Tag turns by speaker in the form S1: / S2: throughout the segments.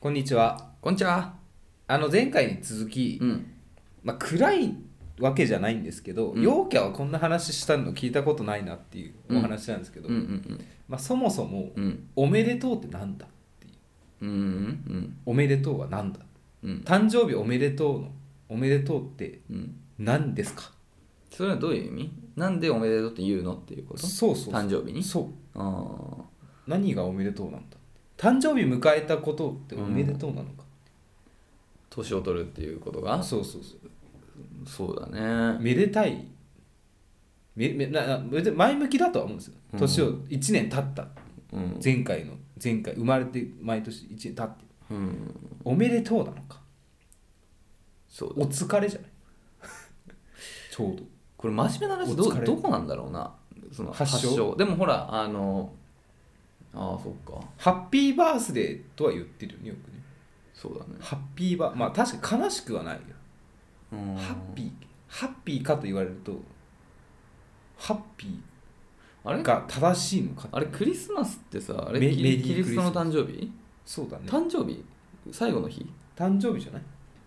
S1: こんにちは。
S2: こんにちは。
S1: あの前回に続き、
S2: うん。
S1: まあ、暗いわけじゃないんですけど、
S2: うん
S1: 陽キャはこんな話したの聞いたことないなっていうお話なんですけど、
S2: うんうん
S1: まあ、そもそも
S2: うん。うん。
S1: 「おめでとう」ってなんだっていう
S2: うんうん
S1: 「おめでとう」はなんだ
S2: うん。うん。
S1: 誕生日おめでとうの「おめでとう」って
S2: うん。
S1: 何ですか
S2: それはどういう意味なんでおめでとうって言うのっていうこと
S1: そうそう
S2: 誕生日に
S1: そう
S2: ああ。
S1: 何がおめでとうなんだ誕生日迎えたことっておめでとうなのか、
S2: 年を取るっていうことが
S1: そうそうそう
S2: そうだね。
S1: めでたいめめなな別に前向きだとは思うんですよ
S2: うん
S1: 年を1年経った
S2: うん。
S1: 前回の前回生まれて毎年1年経って
S2: うん。
S1: おめでとうなのか
S2: そう
S1: お
S2: だ。
S1: 疲れじゃない ちょうど
S2: これ真面目な話
S1: お
S2: ど
S1: 疲れ
S2: どこなんだろうなその
S1: 発
S2: 発
S1: 祥
S2: 祥でもほらあのああそっか
S1: ハッピーバースデーとは言ってるよねよくね
S2: そうだね
S1: ハッピーバーまあ確かに悲しくはないよ
S2: うん
S1: ハッピーハッピーかと言われるとハッピ
S2: あれ
S1: ーが正しいのか
S2: あれクリスマスってさあれ
S1: メ
S2: キ
S1: メ
S2: リ
S1: リー
S2: キリストの誕生日
S1: そうだね
S2: 誕生日最後の日
S1: 誕生日じゃない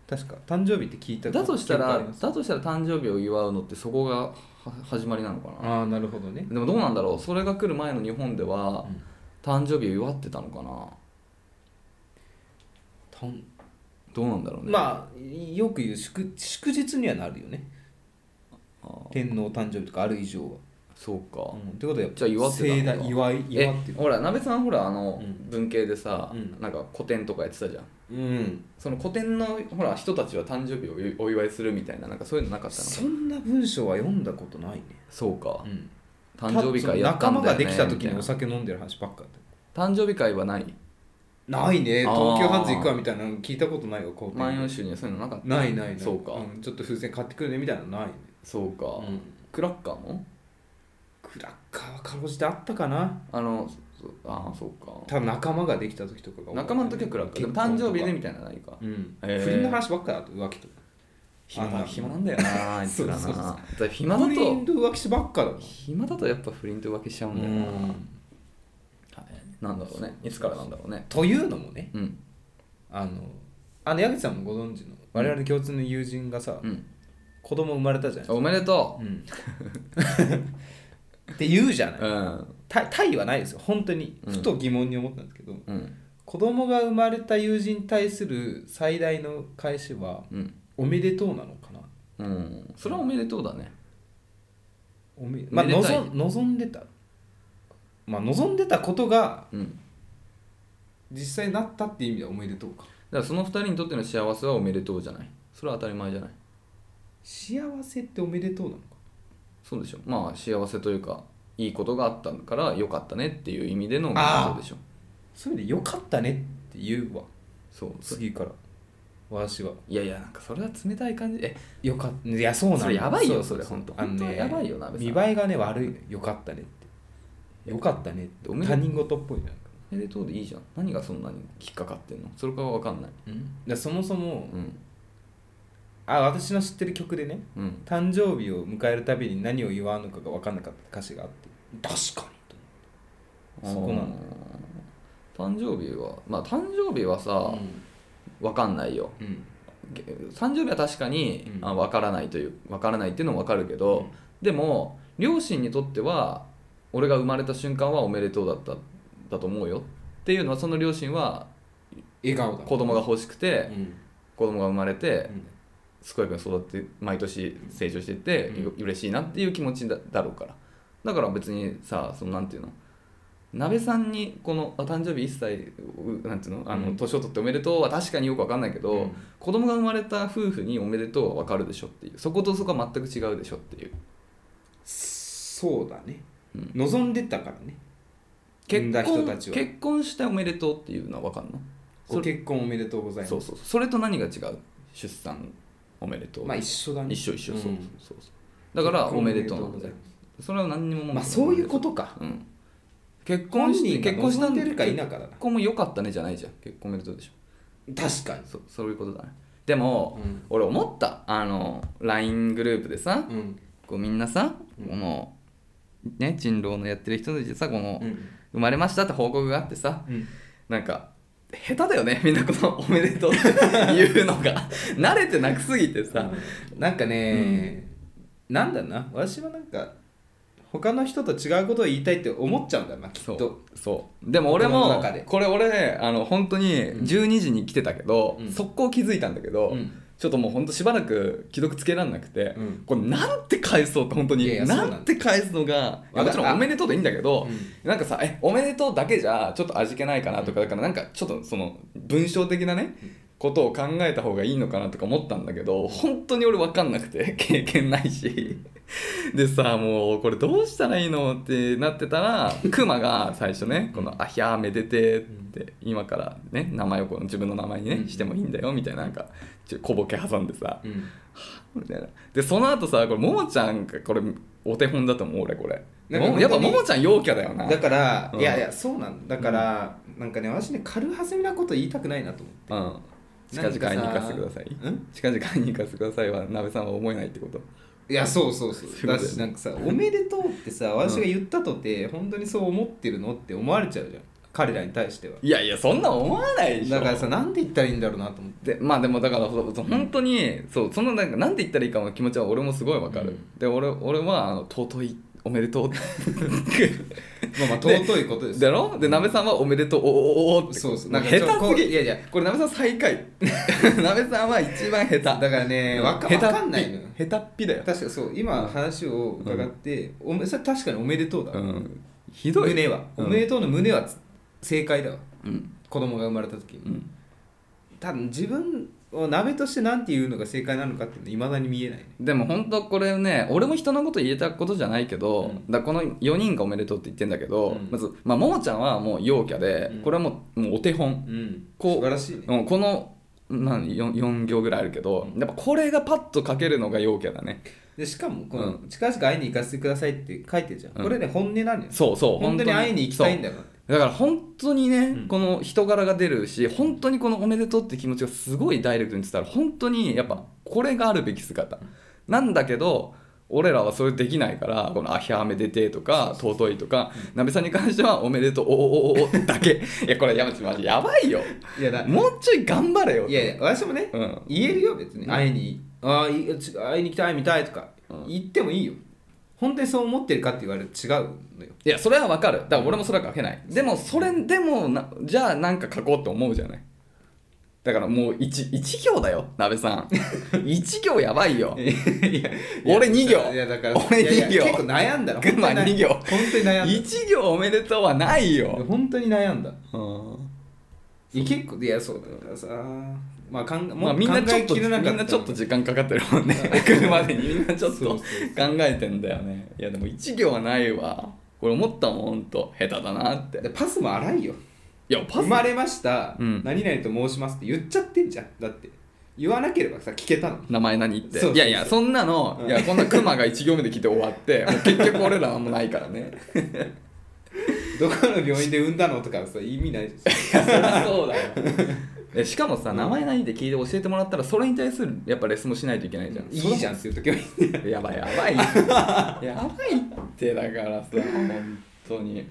S1: 確か誕生日って聞いた
S2: だとした
S1: 記憶あ
S2: ら
S1: ります
S2: だとしたら誕生日を祝うのってそこがは始まりなのかな
S1: ああなるほどね
S2: でもどうなんだろうそれが来る前の日本では
S1: うん
S2: 誕生日を祝ってたのかな
S1: たん
S2: どうなんだろうね、
S1: まあよく言う祝祝日にはなるよね
S2: あー
S1: 天皇誕生日とかある以上は
S2: そうか
S1: うん、ってことは
S2: じゃあ祝ってた
S1: 盛
S2: んだ
S1: 大祝い
S2: え
S1: 祝ってる
S2: ほらなべさんほらあの
S1: うん
S2: 文系でさ、
S1: うん
S2: なんか古典とかやってたじゃ
S1: う
S2: ん
S1: ん
S2: その古典のほら人たちは誕生日をおお祝いするみたいななんかそういうのなかったの
S1: そんな文章は読んだことないね、
S2: そうか
S1: うん、
S2: 誕生日会やった
S1: た仲間
S2: んだよ、ね、
S1: ができた時
S2: み
S1: に
S2: たい
S1: お
S2: な
S1: 酒飲んでる話ばっかだった
S2: 誕生日会はない
S1: ないね
S2: あー
S1: 東京ハンズ行くわみたいなの聞いたことないわこう
S2: 万葉集にはそういうのなかった
S1: ないないない
S2: そうか、
S1: んちょっと風船買ってくるねみたいなのないね
S2: そうか、
S1: うん
S2: クラッカーも
S1: クラッカーはかろうじてあったかな
S2: あのそああそうか
S1: 多分仲間ができた時とかが多い
S2: 仲間の時はクラッカーでも
S1: 結婚
S2: 誕
S1: とか
S2: 生日でみたいなのないか
S1: うん
S2: へー
S1: 不倫の話ばっかだと浮気とか
S2: 暇
S1: あ
S2: だ
S1: の
S2: 暇なんだよ なあいつらな
S1: そうそうそう
S2: だから暇だ
S1: 不倫
S2: と
S1: と浮気しばっかだな
S2: 暇だとやっぱ不倫と浮気しちゃうんだよな、はい、なんだろうねいつからなんだろうね
S1: というのもね
S2: うん
S1: あのあの矢口さんもご存知の我々共通の友人がさ、
S2: うん
S1: 子供生まれたじゃない
S2: おめでと
S1: うん、って言うじゃないう
S2: うん
S1: たタイはないですよ本当に
S2: うん
S1: ふと疑問に思ったんですけど、
S2: うん
S1: 子供が生まれた友人に対する最大の返しは
S2: うん
S1: おめでとうなのかな
S2: うんそれはおめでとうだね
S1: おめまあ
S2: めでたい
S1: 望ん望んでたまあ望んでたことが
S2: うん
S1: 実際になったっていう意味ではおめでとうか
S2: だからその二人にとっての幸せはおめでとうじゃないそれは当たり前じゃない
S1: 幸せっておめでとうなのか
S2: そうでしょまあ幸せというかいいことがあったから良かったねっていう意味でのおめでとうでしょ
S1: そういう意味でよかったねって言うわ
S2: そうそ
S1: 次から私はい
S2: やいやなんかそれは冷たい感じえ
S1: よかったいやそうなの
S2: それやばいよ
S1: うう
S2: それ本当
S1: あの
S2: 本
S1: ね
S2: 当やばいよな安倍
S1: 見
S2: さん
S1: 栄えがね悪いのよかったねってよかったねって
S2: おめで
S1: 他人事っぽいじゃんか
S2: おめでとうでいいじゃん何がそんなに引っかかってんのそれかは分かんない
S1: だそもそも
S2: うん
S1: あ私の知ってる曲でね
S2: うん
S1: 誕生日を迎えるたびに何を言わんのかが分かんなかった歌詞があって確かにそこなん
S2: あー誕生日はまあ誕生日はさ、
S1: と
S2: 分かんないよ
S1: うん、うん
S2: げ誕生日は確かに、
S1: うん
S2: あ分からないという分からないっていうのは分かるけど、でも両親にとっては俺が生まれた瞬間はおめでとうだっただと思うよっていうのはその両親は
S1: 笑顔だ
S2: 子供が欲しくて
S1: うん
S2: 子供が生まれ
S1: う
S2: て
S1: ん
S2: 健やかに育って毎年成長していって、
S1: うん
S2: う嬉しいなっていう気持ちだだろうからだから別にさそのなんていうの鍋さんにこのあ誕生日1歳うなんていうのあの、
S1: うん
S2: 年を取っておめでとうは確かによくわかんないけど、
S1: うん
S2: 子供が生まれた夫婦におめでとうはわかるでしょっていうそことそこは全く違うでしょっていう
S1: そうだね、
S2: うん
S1: 望んでたからね産ん
S2: 結
S1: だ
S2: 婚
S1: 人たちは
S2: 結婚しておめでとうっていうのはわかんの
S1: ご結婚おめでとうございます
S2: そうそうそうそれと何が違う出産おめでとう、
S1: まあ一緒だね
S2: 一緒一緒、
S1: うん
S2: そうそうそうだからおめでとうなん
S1: ござ
S2: だ
S1: い
S2: よ
S1: ま
S2: それは何にも文句
S1: すまあそういうことか
S2: とうん結
S1: 本
S2: 婚して
S1: 人が
S2: 結婚した
S1: 望ん
S2: ん
S1: でるか否
S2: 結
S1: かだな
S2: 婚も良かったねじゃないじゃん結婚おめでとうでしょ
S1: 確かに
S2: そうそういうことだねでも、
S1: うん
S2: 俺思ったあの LINE グループでさ
S1: うん
S2: こうみんなさ、
S1: うん
S2: このね人狼のやってる人たちでさこの、
S1: うん
S2: 生まれましたって報告があってさ
S1: うん
S2: なんか下手だよねみんなこの「おめでとう」っていうの が慣れてなくすぎてさ、
S1: なんかね、なんだろうな私はなんか他の人と違うことを言いたいって思っちゃうんだなきっ
S2: そ
S1: と
S2: うそうでも俺
S1: 心の
S2: も
S1: 中で
S2: これ俺ねあの本当に12時に来てたけど、
S1: うん
S2: 速攻気づいたんだけど、
S1: うん
S2: ちょっともう本当しばらく既読つけられなくて、
S1: うん
S2: これなんて返そうって本当に
S1: いやいやそう
S2: な
S1: なん
S2: んて返すのがいやもちろん
S1: あ
S2: おめでとうでいいんだけど、
S1: う
S2: なんかさ「えおめでとう」だけじゃちょっと味気ないかなとか、だからなんかちょっとその文章的なね、ことを考えた方がいいのかなとか思ったんだけど本当に俺分かんなくて 経験ないしでさもうこれどうしたらいいのってなってたらクマが最初ね「このあひゃーめでて」って今からね名前をこの自分の名前に
S1: う
S2: ね
S1: ん
S2: してもいいんだよみたいななんかちょ小ボケ挟んでさ
S1: うん
S2: みたいなでその後さこれももちゃんがこれお手本だと思う俺これ
S1: なんか
S2: もやっぱ
S1: 本当
S2: も
S1: に
S2: もちゃん陽キャだよな
S1: だから、
S2: うん
S1: いやいやそうなんだから、なんかね私ね軽はずみなこと言いたくないなと思って
S2: うん近々会いに行かせてください
S1: ん
S2: 近々会いに行かせてくださいは鍋さんは思えないってこと
S1: いやそうそうそう
S2: そうだ
S1: だ
S2: よね
S1: しなんかさ「おめでとう」ってさ私が言ったとて、本当にそう思ってるのって思われちゃうじゃん彼らに対してはい
S2: やいやそんな思わないでしょ
S1: だからさなんて言ったらいいんだろうなと思って
S2: でまあでもだからそうそう本当にそうそのなんかなんて言ったらいいかの気持ちは俺もすごいわかる、
S1: うん
S2: で俺俺はあの尊いおめでとう って
S1: まあまあ尊いことです
S2: だろで鍋さんはおめでとうおおおおって
S1: そうそう
S2: な
S1: なんんか
S2: か下
S1: ちょこ
S2: 手
S1: う
S2: すぎ
S1: いやいや
S2: これ鍋さん最下位 鍋さんは一番下手
S1: だからねわか
S2: 下手っ
S1: わ
S2: ぴ
S1: かんないのよ
S2: 下手っぴだよ
S1: 確かそう今話を伺って、おめそれ確かにおめでとうだ、
S2: うんひどい
S1: 胸は、
S2: うん
S1: おめでとうの胸はつ正解だわ
S2: うん
S1: 子供が生まれた時に、
S2: うん
S1: 多分自分を鍋としてなんて言うのが正解なのかっていまだに見えないね
S2: でも本当これね俺も人のこと言えたことじゃないけど、
S1: うん
S2: だからこの4人がおめでとうって言ってんだけど、
S1: うん
S2: まず、まあ、ももちゃんはもう陽キャで、
S1: うん
S2: これはもうもうお手
S1: う
S2: 本、
S1: ん
S2: こう
S1: 素晴らしいね
S2: うん、このなん 4, 4行ぐらいあるけど、
S1: うん
S2: やっぱこれがパッと書けるのが陽キャだね
S1: でしかもこの
S2: う
S1: 「近々会いに行かせてください」って書いてるじゃん、
S2: うん
S1: これね本音なんだよ
S2: そうそう
S1: 本当に会いに行きたいんだよ
S2: そうだから本当にね、
S1: ん
S2: この人柄が出るし本当にこのおめでとうって気持ちがすごいダイレクトに伝わる本当にやっぱこれがあるべき姿なんだけど俺らはそれできないからこの「あひゃーめでて」とか「尊い」とかなべさんに関しては「おめでとう」おおおおだけいやこれやばいやばいよ
S1: いやだ
S2: もうちょい頑張れよ
S1: いやいや私もね、
S2: うん
S1: 言えるよ別に、
S2: うん
S1: 会いにああいやち会いに行きたい見たいとか
S2: うん
S1: 言ってもいいよ本当にそう思ってるかって言われると違うのよ
S2: いやそれはわかるだから俺もそれは書けないでもそれでもなじゃあなんか書こうって思うじゃないだからもう 1, 一行だよ鍋さ ん1行や ばいよ俺二行
S1: いやだから
S2: 俺
S1: いやいや
S2: 二行
S1: 結構悩んだの
S2: 群馬
S1: 本当に
S2: 二行
S1: 本当に悩んだ
S2: 1行おめでとうはないよ、
S1: 本当に悩んだ
S2: うん
S1: いや結構いやそうだからさまあ考え
S2: ま
S1: も
S2: あ、
S1: う
S2: みんなちょっ
S1: 考えき
S2: とみ
S1: れなかた
S2: んなちょっと時間かかってる もんね来るまでにみんなちょっ
S1: そ
S2: と
S1: う
S2: 考
S1: そう
S2: えてんだよねいやでも1行はないわこれ思ったもんほんと下手だなって
S1: でパスも荒いよ
S2: いやパ
S1: 生
S2: ス
S1: まれました、
S2: うん
S1: 何々と申しますって言っちゃってんじゃんだって言わなければさ聞けた の
S2: 名前何って
S1: そうそうそう
S2: いやいやそんなの、
S1: うん
S2: いやこんなクマが1行目で聞いて終わってもう結局俺らはもうないからね
S1: どこの病院で産んだのとかさ意味 ないじ
S2: いやそりゃそう だよえしかもさ名前何って聞いて教えてもらったらそれに対するやっぱレッスンもしないといけないじゃ
S1: ゃん
S2: ん
S1: いいじゃんっていう時はいい
S2: それやばいやばい やばいってだからさ本当に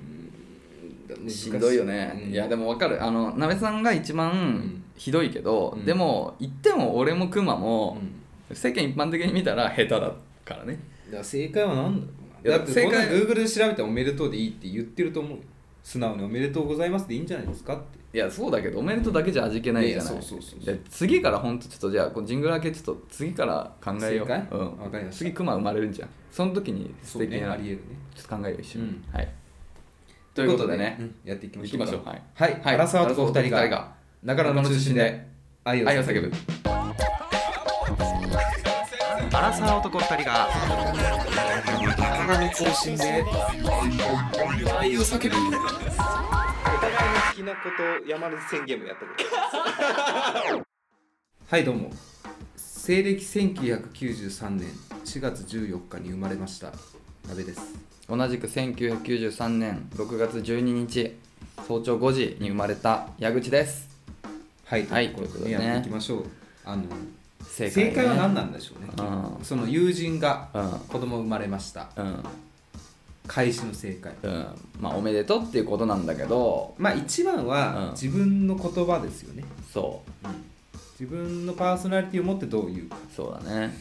S2: しんどいよね、いやでもわかるあのなべさんが一番
S1: ん
S2: ひどいけど、
S1: うん
S2: でも言っても俺もクマも
S1: も、、
S2: 世間一般的に見たら下手だからね
S1: うんだから正解は何だろう
S2: いや
S1: なだって
S2: 正
S1: 正
S2: 解
S1: 解 Google で調べておめでとうでいいって言ってると思うよ素直におめでとうございますでいいんじゃないですかって
S2: いやそうだけどおめでとうだけじゃ味気ないじゃな
S1: い
S2: い
S1: やいやそうそうそうそう
S2: で次から本当ちょっとじゃあこのジングル明けちょっと次から考えよ
S1: 正
S2: う
S1: 解
S2: うん、
S1: わかりました
S2: 次クマ生まれるんじゃんその時に
S1: そ
S2: 素
S1: う
S2: 敵
S1: ね
S2: な、
S1: ありえるね
S2: ちょっと考えよう一緒に、
S1: うん
S2: はいということでね
S1: ということでうんやっていきま
S2: 行
S1: しょ
S2: き
S1: うか
S2: ましょうはい、
S1: はい、
S2: はい
S1: 原沢とお二人
S2: 原沢とお二人
S1: が
S2: が
S1: 中野の中心で愛を
S2: 愛を叫ぶ
S1: 原沢男二 人が中野の中心で愛を叫ぶお互いの好きなことを山根宣言もやったことはいどうも西暦1993年4月14日に生まれました鍋です
S2: 同じく1993年6月12日早朝5時に生まれた矢口です
S1: はい
S2: はい
S1: ということ
S2: という
S1: で
S2: ことでね
S1: やっていきましょうあの
S2: 正
S1: 正解は何
S2: だ
S1: なんでしょうね
S2: う
S1: その友人が
S2: んうん
S1: 子供生まれました
S2: うん
S1: 返しの正解
S2: うんまあおめでとうっていうことなんだけど
S1: まあ一番
S2: うん
S1: は自分の言葉ですよね、
S2: そ
S1: 自分のパーソナリティを持ってどう言うか
S2: うそうだね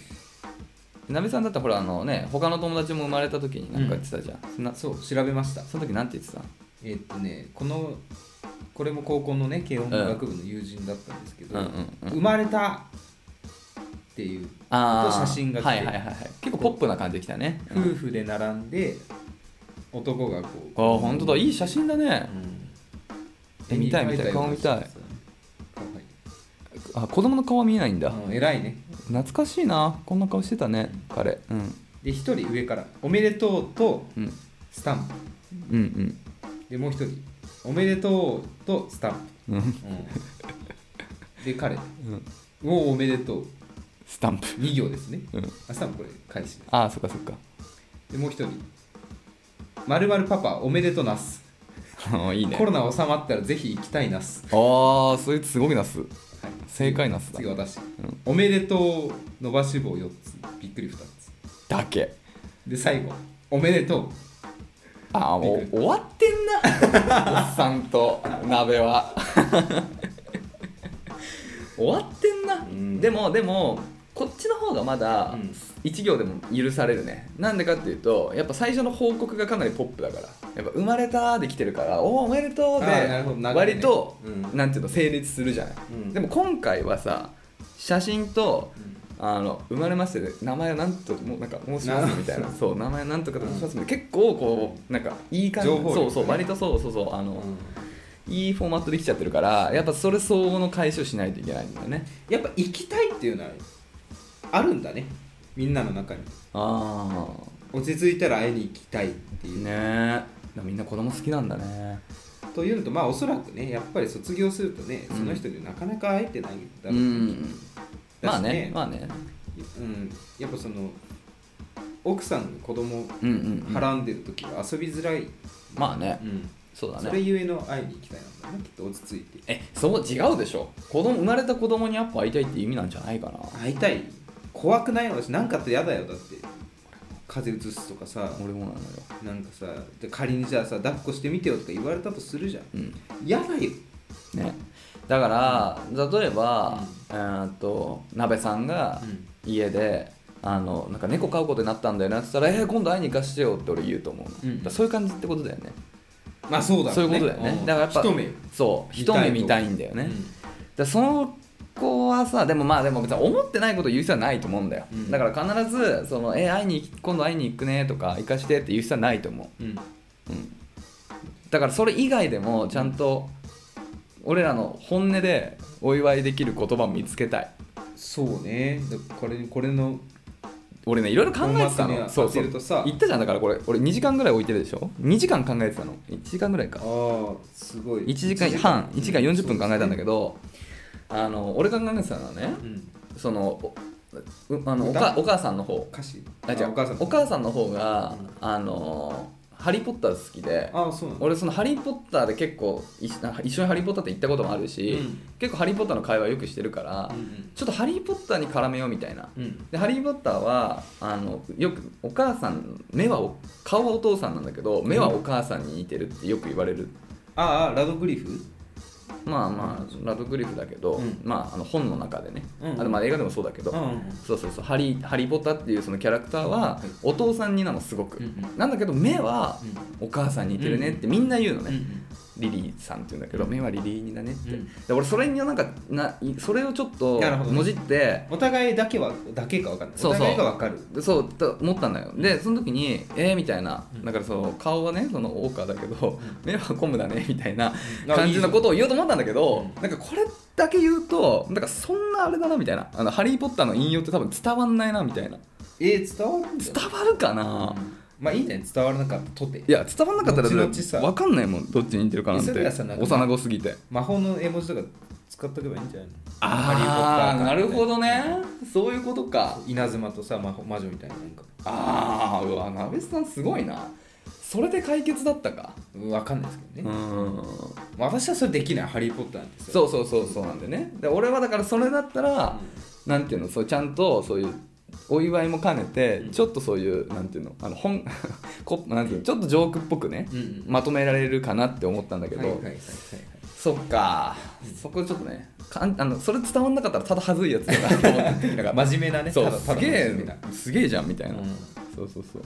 S2: なべさんだったらほらあのね他の友達も生まれた時に何か言ってたじゃん、なそ
S1: そう調べました
S2: の時なんて言ってた
S1: えーっとねこのこれも高校のね慶應の学部の友人だったんですけど、
S2: うんうんうん
S1: 生まれたっていう
S2: あ
S1: と
S2: ー
S1: 写真が来て
S2: はいはいはいはい結構ポップな感じで来たね、
S1: 夫婦で並んで男がこう
S2: ああ本当だいい写真だね
S1: う
S2: え
S1: ん
S2: 見たい見
S1: 絵に描よ
S2: たい
S1: うな
S2: 顔見たいあ子供の顔見えないんだ、
S1: かわいいうん偉いね
S2: 懐かしいなこんな顔してたね彼うん
S1: で一人上から「おめでとう」と
S2: うん
S1: スタンプ
S2: うん
S1: でもう一人「おめでとう」とスタン
S2: うんうん
S1: プ、で彼
S2: うん
S1: 「おおおめでとう
S2: スタンプ」
S1: 2行ですね
S2: うん
S1: あスタンプこれ返し
S2: ああそっかそっか
S1: でもう一人「まるまるパパおめでとうなす」
S2: ああいいね
S1: コロナ収まったらぜひ行きたいなす」
S2: ああそいつすごいなす
S1: はい、
S2: 正解なすだ
S1: 次私、
S2: ん
S1: おめでとう伸ばし棒4つびっくり2つ
S2: だけ
S1: で最後おめでとう
S2: ああもう終わってんなおっさんと鍋は終わってんな、
S1: ん
S2: でもでもこっちの方がまだ
S1: うん
S2: 1行でも許されるねなんでかっていうとやっぱ最初の報告がかなりポップだからやっぱ「生まれた」で来てるから「おおおめでとう」で
S1: あーなるほどなるほどね
S2: 割と
S1: うん
S2: なんていうの成立するじゃない
S1: うん
S2: でも今回はさ写真とあの生まれましてで名前はなんともうなんか申しますみたいな
S1: な
S2: そう名前はなんとかと申しますみたいな結構こうなんかいい感じ
S1: 情報量
S2: そうそう割とそうそうそうあの、いいフォーマットできちゃってるからやっぱそれ相応の解消しないといけないんだよね
S1: やっぱ行きたいっていうのはあるんだねみんなの中に
S2: あ
S1: 落ち着いたら会いに行きたいって
S2: あ
S1: いう、
S2: ねえみんな子供好きなんだね
S1: というのとまあおそらくねやっぱり卒業するとね
S2: うん
S1: その人になかなか会えてないんだ
S2: う
S1: ろうし
S2: んまあ
S1: だ
S2: ね
S1: しね
S2: まあね
S1: うん、やっぱその奥さんの子供
S2: うんうん、うん、
S1: はらんでる時は遊びづらい、
S2: まあね
S1: うん
S2: そうだ
S1: それ
S2: ね
S1: ゆえの会いに行きたいなんだよねきっと落ち着いて
S2: えそう違うでしょ子供生まれた子供にやっぱ会いたいって意味なんじゃないかな
S1: 会いたい怖くない私なんかあって嫌だよだって風邪うつすとかさ
S2: 俺もなのよ
S1: なんかさで仮にじゃあさ抱っこしてみてよとか言われたとするじゃん
S2: うん
S1: 嫌だよ
S2: ね、だから例えば、えーっと鍋さんが
S1: うん
S2: 家で、あのなんか猫飼うことになったんだよなって言ったら「えー今度会いに行かしてよ」って俺言うと思うの、
S1: うんうん
S2: だからそういう感じってことだよね
S1: まあそうだ
S2: そう
S1: ろ
S2: いうことだよねだからやっぱ
S1: 一目よ
S2: そう
S1: 見
S2: 一
S1: たいと
S2: 目見たいんだよね、
S1: うん
S2: だからその子はさでもまあでも別に思ってないことを言う必要はないと思うんだよ、
S1: うん
S2: だから必ずその「えー会いに行き今度会いに行くね」とか「行かして」って言う必要はないと思う
S1: うん
S2: だからそれ以外でもちゃんと俺らの本音でお祝いできる言葉を見つけたい
S1: そうねだからこれこれの
S2: 俺ねいろいろ考えてた
S1: 音楽に
S2: の
S1: は
S2: そうそう
S1: 当てるとさ
S2: 言ったじゃんだからこれ俺2時間ぐらい置いてるでしょ2時間考えてたの1時間ぐらい
S1: あ
S2: か
S1: あすごい
S2: 1時間半1時間40分考えたんだけ
S1: ど
S2: ど、あの俺が考えてたのはねそのおうあのおか
S1: 歌
S2: お母さんの方
S1: 歌詞
S2: あ違う
S1: お母さん
S2: お母さんの方が、
S1: うん
S2: あのハリー・ポッター好きで
S1: ああそうなんだ
S2: 俺その「ハリー・ポッター」で結構いしなんか一緒に「ハリー・ポッター」って行ったこともあるし、
S1: うん
S2: 結構「ハリー・ポッター」の会話よくしてるから、
S1: うん
S2: ちょっと「ハリー・ポッター」に絡めようみたいな
S1: うんうん
S2: で「ハリー・ポッターは」あのよくお母さん目はお顔はお父さんなんだけど目はお母さんに似てるってよく言われる、
S1: ああラドグリフ
S2: まあまあラドグリフだけど、
S1: うん
S2: まあ、あの本の中でね、
S1: うん
S2: あとまあ映画でもそうだけど、
S1: ん
S2: そうそうそうハリー「ハリー・ポッター」っていうそのキャラクターはお父さんになのすごく、
S1: うんうん
S2: なんだけど目は
S1: う
S2: お母さんに似てるねってみんな言うのね、
S1: ん
S2: リリーさんっていうんだけど、目はリリーにだねって、
S1: うん
S2: で俺それになんかないそれをちょっと
S1: なるほどね
S2: もじって
S1: お互いだけはだけか分かんない
S2: そうそう
S1: お互いが分かる
S2: でそうと思ったんだよでその時に「えー」みたいなだからその顔はねそのオーカーだけど目はコムだねみたいな
S1: うん
S2: 感じのことを言おうと思ったんだけど
S1: う
S2: なんかこれだけ言うとなんかそんなあれだなみたいな「あのハリー・ポッター」の引用って多分伝わんないなみたいな
S1: えー、伝わるんだ
S2: 伝
S1: よ
S2: わるかな、
S1: まあいいんじゃない伝わらなかったとて
S2: いや伝わんなかったら
S1: 後々さ
S2: 分かんないもんどっちに似てるかなんて
S1: それはさなんか
S2: 幼子すぎて
S1: 魔法の絵文字とか使っとけばいいんじゃないの
S2: ああな
S1: ハリー
S2: る
S1: ポッター
S2: ほどねそういうことか
S1: 稲妻とさ魔法魔女みたいななんか
S2: ああうわなべさんすごいなそれで解決だったか
S1: うん分かんないですけ
S2: う
S1: どね、
S2: ん
S1: まあ私はそれできないハリー・ポッターなんてさ
S2: そうそうそうそうなんでねで俺はだからそれだったら、なんていうのそうちゃんとそういうお祝いも兼ねてちょっとそういうなんていうのあの本 こなんていうのちょっとジョークっぽくね
S1: うんうん
S2: まとめられるかなって思ったんだけど、
S1: はいはいはいはい
S2: そっかそこちょっとねかんあのそれ伝わんなかったらただ恥ずいやつだなと思って
S1: なん か真面目なね
S2: そ
S1: た
S2: う
S1: だ
S2: す
S1: ただ
S2: げ
S1: 真面目
S2: え
S1: な
S2: すげえじゃんみたいな、
S1: うん
S2: そうそうそう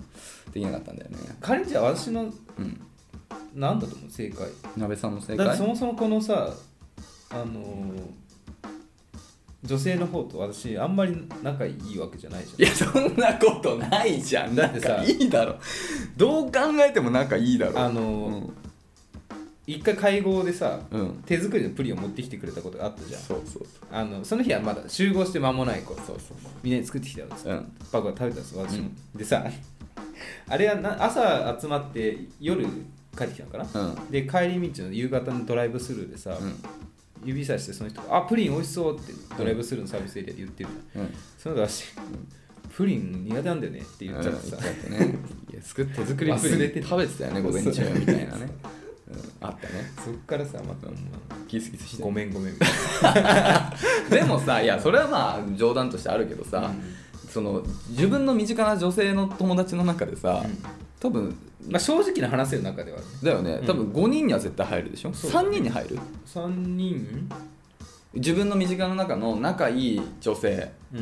S2: できなかったんだよね
S1: 彼じゃあ私の
S2: うん
S1: なんだと思う正解
S2: 鍋さんの正
S1: だって
S2: 解
S1: そもそもこのさあのー女性の方と私あんまり仲いいわけじゃない
S2: い
S1: じ
S2: やそんなことないじゃんだ
S1: だ
S2: っ
S1: ってて
S2: さ
S1: さ
S2: いいだろどう考えても仲いいだ
S1: ゃんあ
S2: ろう
S1: のー
S2: ん、
S1: 一回会合でさ
S2: うん、
S1: 手作りのプリンを持ってきてくれたことがあったじゃん
S2: そうそう
S1: あのその日はまだ集合して間もない子
S2: そうそうそ
S1: みんなで作ってきたよっつって
S2: ううん
S1: バカが食べたんですよ私も、でさあれはな朝集まって夜帰ってきたのかな、
S2: うん
S1: で帰り道の夕方のドライブスルーでさ、
S2: うん
S1: 指さしてその人が「あプリン美味しそう」ってドライブスルーのサービスエリアで言ってるじゃん
S2: うん
S1: その人が私プリン苦手なんだよねって言っちゃってさ、
S2: うん言っちゃってねいや作っ手作りプリン
S1: 忘れてた
S2: 食べてたよね午前中みたいなね、 うん、あったね
S1: そっからさまた、
S2: うんギスギスして
S1: ごめんごめんみたい
S2: でもさいやそれはまあ冗談としてあるけど
S1: な
S2: さ、その自分の身近な女性の友達の中でさ、
S1: うん
S2: 多分
S1: まあ、正直な話の中ではね
S2: だよね
S1: うん
S2: 多分5人には絶対入るでしょ、
S1: そうだね
S2: 3人に入る
S1: 3人
S2: 自分の身近な中の仲いい女性
S1: うん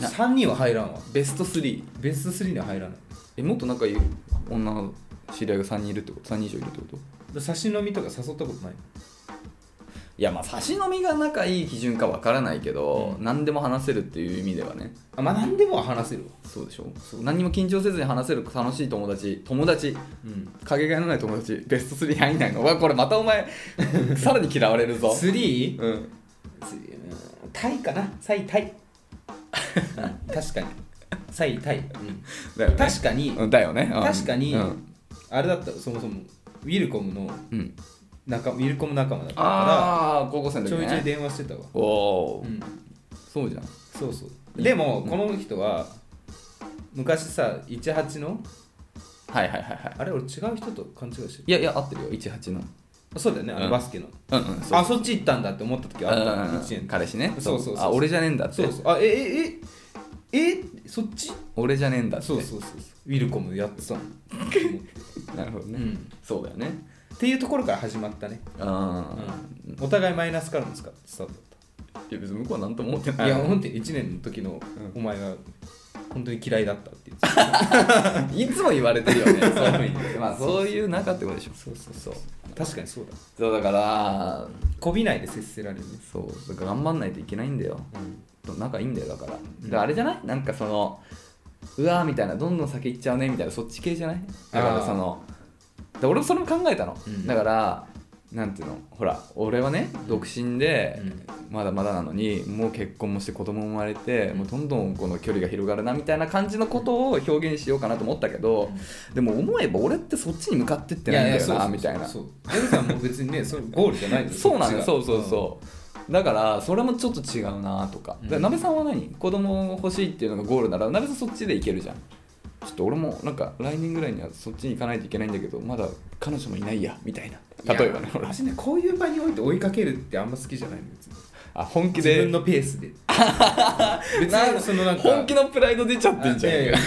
S2: な
S1: 3人は入らんわ
S2: ベスト3
S1: ベスト3には入らない
S2: えもっと仲いい女の知り合いが3人いるってこと3人以上いるってこと
S1: で差し飲みとか誘ったことない
S2: いやまあ差し飲みが仲いい基準かわからないけど、
S1: うん
S2: 何でも話せるっていう意味ではね
S1: あまあ何でもは話せるわ
S2: そうでしょ何にも緊張せずに話せる楽しい友達友達
S1: うん
S2: かけがえのない友達ベスト3に入んないのうわこれまたお前 さらに嫌われるぞ
S1: 3?
S2: うん
S1: タイかなサイタイうん確かにサイタイ、
S2: だよね
S1: 確かに、
S2: うんだよねうん
S1: 確かに、
S2: うん
S1: あれだったそもそもウィルコムの
S2: うん
S1: 仲ウィルコム仲間だったか
S2: ああ高校生
S1: ら
S2: の
S1: ち
S2: 時
S1: ょいちょい
S2: ね
S1: 電話してたわ、
S2: おお
S1: うん、
S2: そうじゃん
S1: そうそうでも、この人は昔さ18の
S2: はいはいはいはい
S1: あれ俺違う人と勘違いしてる
S2: いやいや合ってるよ18の
S1: そうだよねあ
S2: うん
S1: のバスケの、
S2: うんうんそう
S1: あそっち行ったんだって思った時はあった
S2: うんうんうん
S1: 1年
S2: 彼氏ね
S1: そうそうそう
S2: あ俺じゃねえんだって
S1: そうそうあええええそっち
S2: 俺じゃねえんだって
S1: そうそうそうそうウィルコムやってたの、
S2: なるほど
S1: う
S2: ね、
S1: ん、
S2: そうだよね
S1: っていうところから始まったね、
S2: あ
S1: うんお互いマイナスからのスカスタートだった
S2: あいや別に向こうは何とも思ってない
S1: いや、本当に1年の時のお前は本当に嫌いだったっていう。
S2: いつも言われてるよね、 そういうふうに。まあ、そういう中ってことでしょ。そうそうそう。
S1: 確かにそうだ。
S2: そうだから、
S1: こびないで接せられるね。
S2: そう、だから頑張んないといけないんだよ。仲いいんだよ、だから。だ
S1: うん
S2: からあれじゃないなんかその、うわーみたいな、どんどん酒いっちゃうねみたいな、そっち系じゃないだからその、で俺もそれも考えたの。
S1: うん
S2: だから、なんていうの、ほら、俺はね、独身で、まだまだなのにもう結婚もして子供も生まれてもうどんどんこの距離が広がるなみたいな感じのことを表現しようかなと思ったけどでも思えば俺ってそっちに向かってってないんだよなみたいな
S1: そ。
S2: そう
S1: エルさんも別にね、そうゴールじゃないの
S2: うなんだよそうそう
S1: う。
S2: そうだからそれもちょっと違うなとか
S1: うん
S2: なべさんは何子供欲しいっていうのがゴールならなべさんそっちでいけるじゃんちょっと俺もなんか来年ぐらいにはそっちに行かないといけないんだけどまだ彼女もいないやみたいな例えばねほら
S1: 私ね、こういう場において追いかけるってあんま好きじゃないの、別に。
S2: あ本気
S1: 自分
S2: で
S1: のペー スで。別にそのなんか。
S2: 本気のプライド出ちゃってん
S1: い
S2: じゃん
S1: やいや、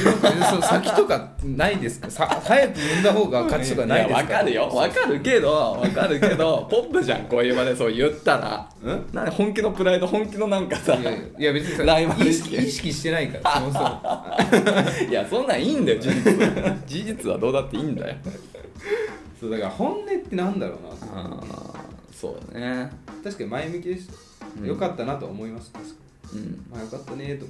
S1: そう先とかないですかさ早く産んだ方が勝ちとかないですか
S2: やわかるよわかるけどわかるけ どポップじゃんこういう場でそう言ったら
S1: うん
S2: なん本気のプライド本気のなんかさ
S1: いやいやいや別にさ
S2: ライバル
S1: 意
S2: 意識
S1: 識意識してないからそもそも
S2: いやそんなんいいんだ よ事実は事実はどうだっていいんだよ
S1: そうだから本音ってなんだろうな
S2: あーそうだね
S1: 確かに前向きでした、
S2: うん
S1: よかったなと思います確か
S2: うん
S1: にまあよかったねと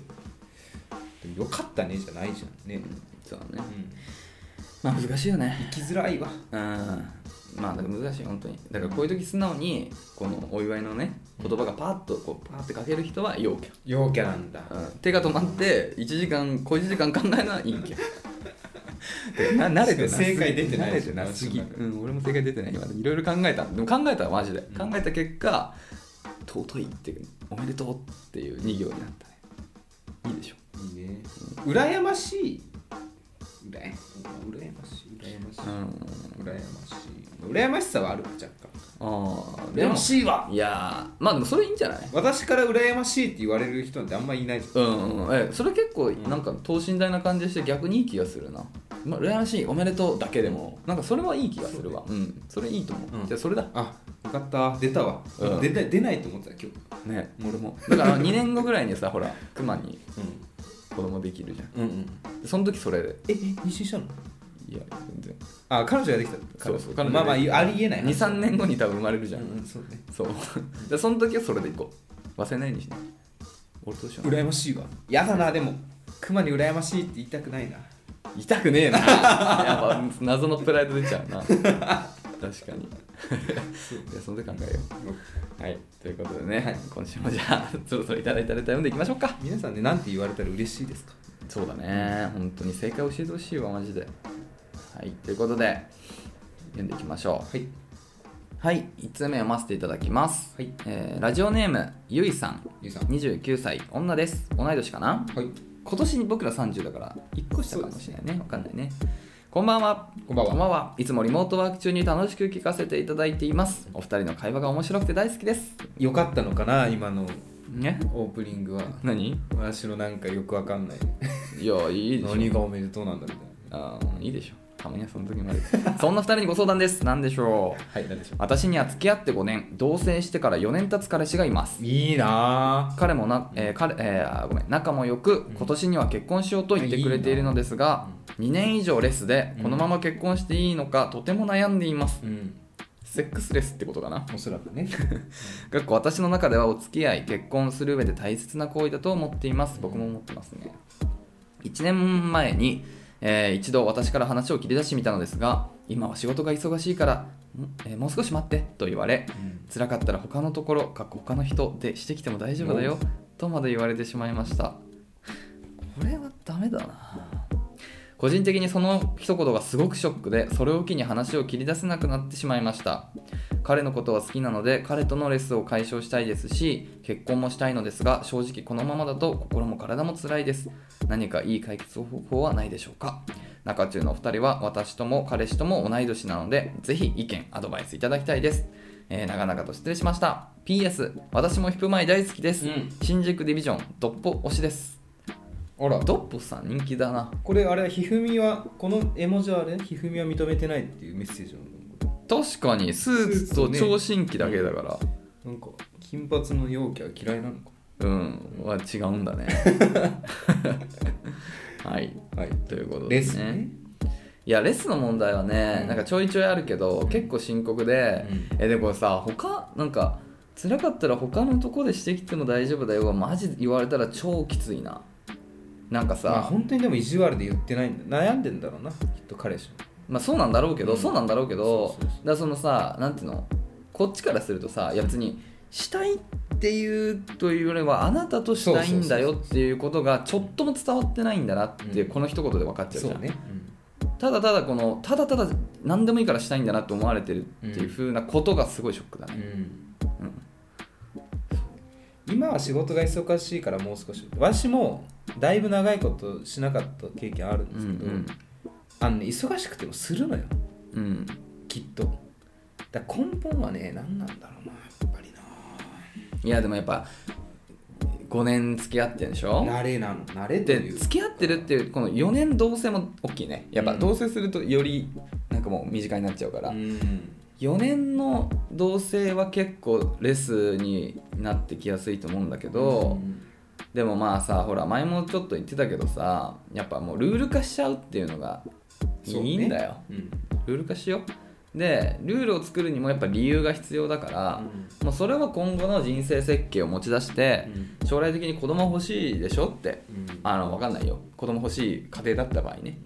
S1: でもよかったねじゃないじゃんね、
S2: そうだね
S1: うん、
S2: まあ難しいよね
S1: 生きづらいわ
S2: うんまあだから難しい本当にだからこういう時素直にこのお祝いのね言葉がパッとこうパーってかける人は陽キャ
S1: 陽キャなんだ
S2: うん手が止まって1時間小1時間考えないいんけな慣れてなすぎ
S1: 正解出てない
S2: 慣れてなすぎ、うん、俺も正解出てない今いろいろ考えたでも考えたらマジで、
S1: うん
S2: 考えた結果尊いっていうおめでとうっていう2行になったねいいでしょ
S1: いいね羨ましいうらやましい羨ましい
S2: うん
S1: 羨ましい羨ましさはある若干
S2: ああ
S1: 羨ましいわ
S2: いやーまあでもそれいいんじゃない
S1: 私から羨ましいって言われる人なんてあんまいないじ
S2: うん、うん、えそれ結構なんか等身大な感じして逆にいい気がするな、まあ、羨ましいおめでとうだけでもなんかそれはいい気がするわうんそれいいと思う、
S1: うん
S2: じゃあそれだ
S1: ゃんあよかった出たわ、
S2: うん
S1: 出た出ないと思ってた今日
S2: ね俺もだから2年後ぐらいにさほらクマに
S1: う
S2: 子供できるじゃん
S1: んうんうん
S2: でその時それで
S1: ええ妊娠したの
S2: いや全然
S1: あ彼女ができた
S2: そうそう彼女
S1: まあまあ
S2: でき
S1: ありえない
S2: 23年後に多分生まれるじ
S1: う
S2: ゃん、
S1: んうんそうね
S2: そうでその時はそれでいこう忘れないようにしない俺としよう
S1: 羨ましいわやだなでも熊に羨ましいって言いたくないな
S2: 痛くね えなやっぱ謎のプライド出ちゃうな確かに いやそれで考えようはいということでね、今週もじゃあそろそろいただいたレター読んでいきましょうか
S1: 皆さんねなんて言われたら嬉しいですか
S2: そうだね本当に正解教えてほしいわマジではいということで読んでいきましょ
S1: はいう
S2: はい1通目読ませていただきます、
S1: はい
S2: えーラジオネームゆいさん
S1: ゆいさん
S2: 29歳女です同い年かな
S1: はい
S2: 今年に僕ら30だから1個下かもしれないね分かんないねこんばんは
S1: こんばんはい
S2: つもリモートワーク中に楽しく聞かせていただいていますお二人の会話が面白くて大好きです
S1: よかったのかな今の
S2: ね
S1: オープニングは
S2: 何
S1: 私のなんかよくわかん ない
S2: いやいいでしょ
S1: 何がおめでとうなんだみたい
S2: あーいいでしょたまにはその時もあるそんな二人にご相談です何でしょう
S1: なはい何でしょ
S2: 私には付き合って5年同棲してから4年経つ彼氏がいます
S1: ういいな
S2: 彼もな、えー彼えーあごめん仲も良く今年には結婚しようと言ってくれているのですが、2年以上レスで
S1: うん
S2: このまま結婚していいのかとても悩んでいます、
S1: うん
S2: セックスレスってことかな
S1: おそらくね
S2: かっこ私の中ではお付き合い結婚する上で大切な行為だと思っています僕も思ってますね1年前に、えー一度私から話を切り出してみたのですが今は仕事が忙しいから、んえーもう少し待ってと言われ辛かったら他のところかっこ他の人でしてきても大丈夫だよとまで言われてしまいましたこれはダメだな個人的にその一言がすごくショックでそれを機に話を切り出せなくなってしまいました彼のことは好きなので彼とのレスを解消したいですし結婚もしたいのですが正直このままだと心も体も辛いです何かいい解決方法はないでしょうか中中のお二人は私とも彼氏とも同い年なのでぜひ意見アドバイスいただきたいです、えー長々と失礼しました PS 私もヒップマイ大好きです、
S1: うん
S2: 新宿ディビジョンドッポ推しです
S1: あら
S2: ドッポさん人気だな
S1: これあれひふみはこの絵文字はあれひふみは認めてないっていうメッセージなの
S2: 確かにスーツと聴診器だけだから、
S1: なんか金髪の陽気は嫌いなのか
S2: うんは違うんだね はい
S1: はい
S2: ということ
S1: レ
S2: で
S1: ス
S2: す
S1: ね
S2: ねいやレスの問題はね、
S1: うん
S2: なんかちょいちょいあるけど結構深刻で、えでもさ他なんか辛かったら他のとこでしてきても大丈夫だよはマジで言われたら超きついななんかさ、
S1: まあ
S2: まあ
S1: 本当にでも意地悪で言ってないんだ悩んでんだろうなきっと彼氏も
S2: そうなんだろうけど、
S1: うん
S2: そうなんだろうけど
S1: そうそうそう
S2: だからそのさなんていうのこっちからするとさいや別にしたいっていうというよりはあなたとしたいんだよっていうことがちょっとも伝わってないんだなって、
S1: うん
S2: この一言で分かっちゃうじゃん、
S1: うん
S2: ただただこのただただ何でもいいからしたいんだなって思われてるっていう風なことがすごいショックだね、うん
S1: 今は仕事が忙しいからもう少し私もだいぶ長いことしなかった経験あるんですけど、あのね、忙しくてもするのよ
S2: うんうん
S1: きっとだから根本はね何なんだろうなやっぱり
S2: いやでもやっぱ5年付き合ってるでしょ
S1: な慣れなの慣れと
S2: で
S1: いう
S2: 付き合ってるっていうこの4年同棲も大きいねやっぱ
S1: うん
S2: 同棲するとよりなんかもう身近になっちゃうから、
S1: うん
S2: 4年の同棲は結構レスになってきやすいと思うんだけど、でもまあさほら前もちょっと言ってたけどさやっぱもうルール化しちゃうっていうのがい
S1: そうね
S2: いんだよ、
S1: うん
S2: ルール化しようでルールを作るにもやっぱ理由が必要だから、もうそれは今後の人生設計を持ち出して、将来的に子供欲しいでしょってあの分かんないよ子供欲しい家庭だった場合ね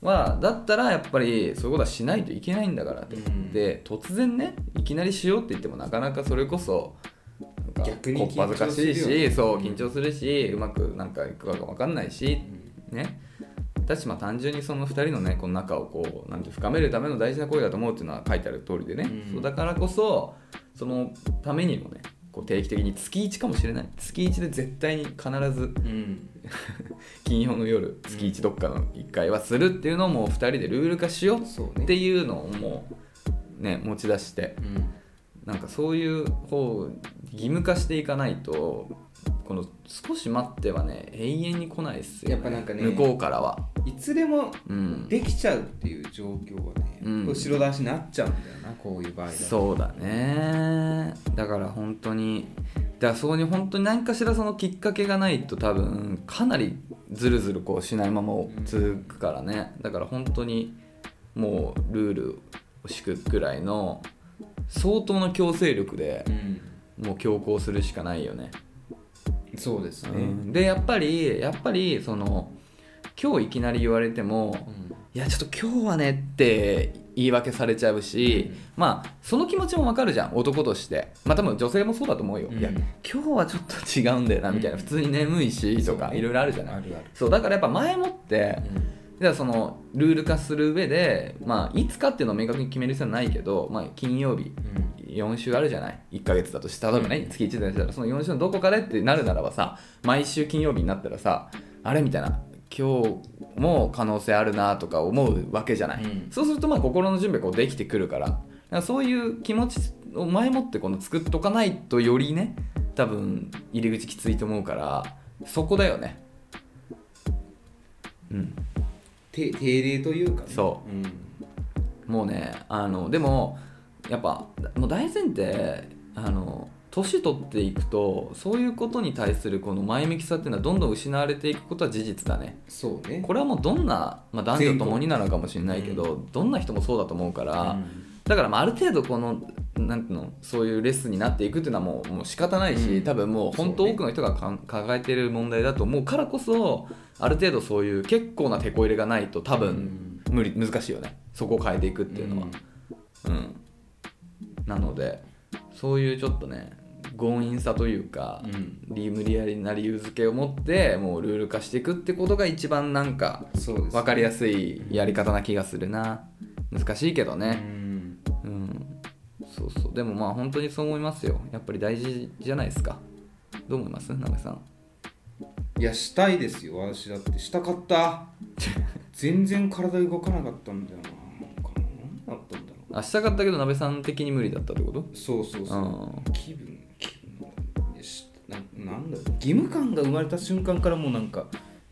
S2: はだったらやっぱりそういうことはしないといけないんだからって、
S1: うん
S2: で突然ねいきなりしようって言ってもなかなかそれこそなんか
S1: 逆に
S2: こっぱずかしい
S1: 緊張す
S2: し、
S1: るよね
S2: そう緊張するしうまくなんかいくかが分かんないしねだしまあ単純にその2人のねこの仲をこうなんて深めるための大事な行為だと思うっていうのは書いてある通りでね、
S1: うん
S2: そうだからこそそのためにもねこう定期的に月1かもしれない月1で絶対に必ず
S1: うん
S2: 金曜の夜月1どっかの1回はするっていうのをもう2人でルール化しよう
S1: そうね
S2: っていうのをもうね持ち出して
S1: うん
S2: なんかそういうこう義務化していかないとこの「少し待って」はね永遠に来ないっすよ、ね、
S1: やっぱなんかね
S2: 向こうからは。
S1: いつでも
S2: うん
S1: できちゃうっていう状況はね、
S2: うん
S1: 後ろ出しになっちゃうんだよなこういう場合だと
S2: そうだねだから本当にだからそこに本当に何かしらそのきっかけがないと多分かなりずるずるこうしないまま続くからねだから本当にもうルールを敷くくらいの相当な強制力で
S1: うん
S2: もう強行するしかないよね、
S1: そうですね、
S2: うんでやっぱりやっぱりその今日いきなり言われても、いやちょっと今日はねって言い訳されちゃう
S1: う
S2: し、
S1: ん
S2: まあその気持ちもわかるじゃん男としてまあ多分女性もそうだと思うよ、
S1: うん
S2: いや今日はちょっと違うんだよなみたいな、
S1: うん
S2: 普通に眠いしとか
S1: そうね
S2: いろいろあるじゃない
S1: あるある
S2: そうだからやっぱ前もって
S1: う
S2: じゃあそのルール化する上で、まあ、いつかっていうのを明確に決める必要はないけど、まあ、金曜日
S1: んうん
S2: 4週あるじゃない1ヶ月だとして例えばね月1だったらその4週のどこかでってなるならばさ毎週金曜日になったらさあれみたいな今日も可能性あるなとか思うわけじゃない、
S1: うん
S2: そうするとまあ心の準備がこうできてくるからだからそういう気持ちを前もってこの作っとかないとよりね多分入り口きついと思うからそこだよねうん
S1: て定例というか、ね、、
S2: そう
S1: うん、
S2: もうねあのでもやっぱもう大前提あの年取っていくとそういうことに対するこの前向きさっていうのはどんどん失われていくことは事実だね
S1: そうね
S2: これはもうどんな、まあ、男女ともになのかもしれないけど、どんな人もそうだと思うから、
S1: うん
S2: だからまあある程度このなんていうのそういうレッスンになっていくっていうのはもうもう仕方ないし、
S1: うん
S2: 多分もう本当
S1: そうね
S2: 多くの人がかん抱えている問題だと思うからこそある程度そういう結構な手こ入れがないと多分、無理難しいよねそこを変えていくっていうのはうん、なのでそういうちょっとね強引さというか、
S1: うん
S2: 理無理やりな理由付けを持ってもうルール化していくってことが一番なんか
S1: そうです、
S2: 分かりやすいやり方な気がするな難しいけど
S1: う
S2: ね
S1: ん
S2: うんそうそうでもまあ本当にそう思いますよやっぱり大事じゃないですかどう思います鍋さん
S1: いやしたいですよ私だってしたかった 全然体動かなかったんだよななんか何だったんだろ
S2: 明日買ったけど鍋さん的に無理だったってこと
S1: うそうそうそう、
S2: うん
S1: 気分気分いやしななんだろう義務感が生まれた瞬間からもうなんか